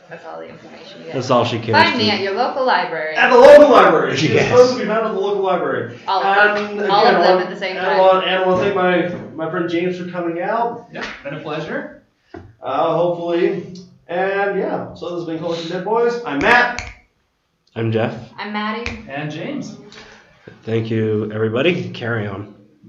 [SPEAKER 3] That's all the information you
[SPEAKER 2] That's
[SPEAKER 3] get.
[SPEAKER 2] all she cares.
[SPEAKER 3] Find me
[SPEAKER 2] to-
[SPEAKER 3] at your local library.
[SPEAKER 1] At the local library. She's
[SPEAKER 2] Yes.
[SPEAKER 1] supposed to be found at the local library.
[SPEAKER 3] All of them.
[SPEAKER 1] and
[SPEAKER 3] All
[SPEAKER 1] again,
[SPEAKER 3] of them
[SPEAKER 1] I-
[SPEAKER 3] at the same
[SPEAKER 1] and
[SPEAKER 3] time.
[SPEAKER 1] I want- And I want to thank my, my friend James for coming out,
[SPEAKER 4] Yeah, been a pleasure.
[SPEAKER 1] uh, hopefully. And yeah, so this has been Coalition Dead Boys. I'm Matt.
[SPEAKER 2] I'm Jeff.
[SPEAKER 3] I'm Maddie.
[SPEAKER 4] And James.
[SPEAKER 2] Thank you, everybody. Carry on.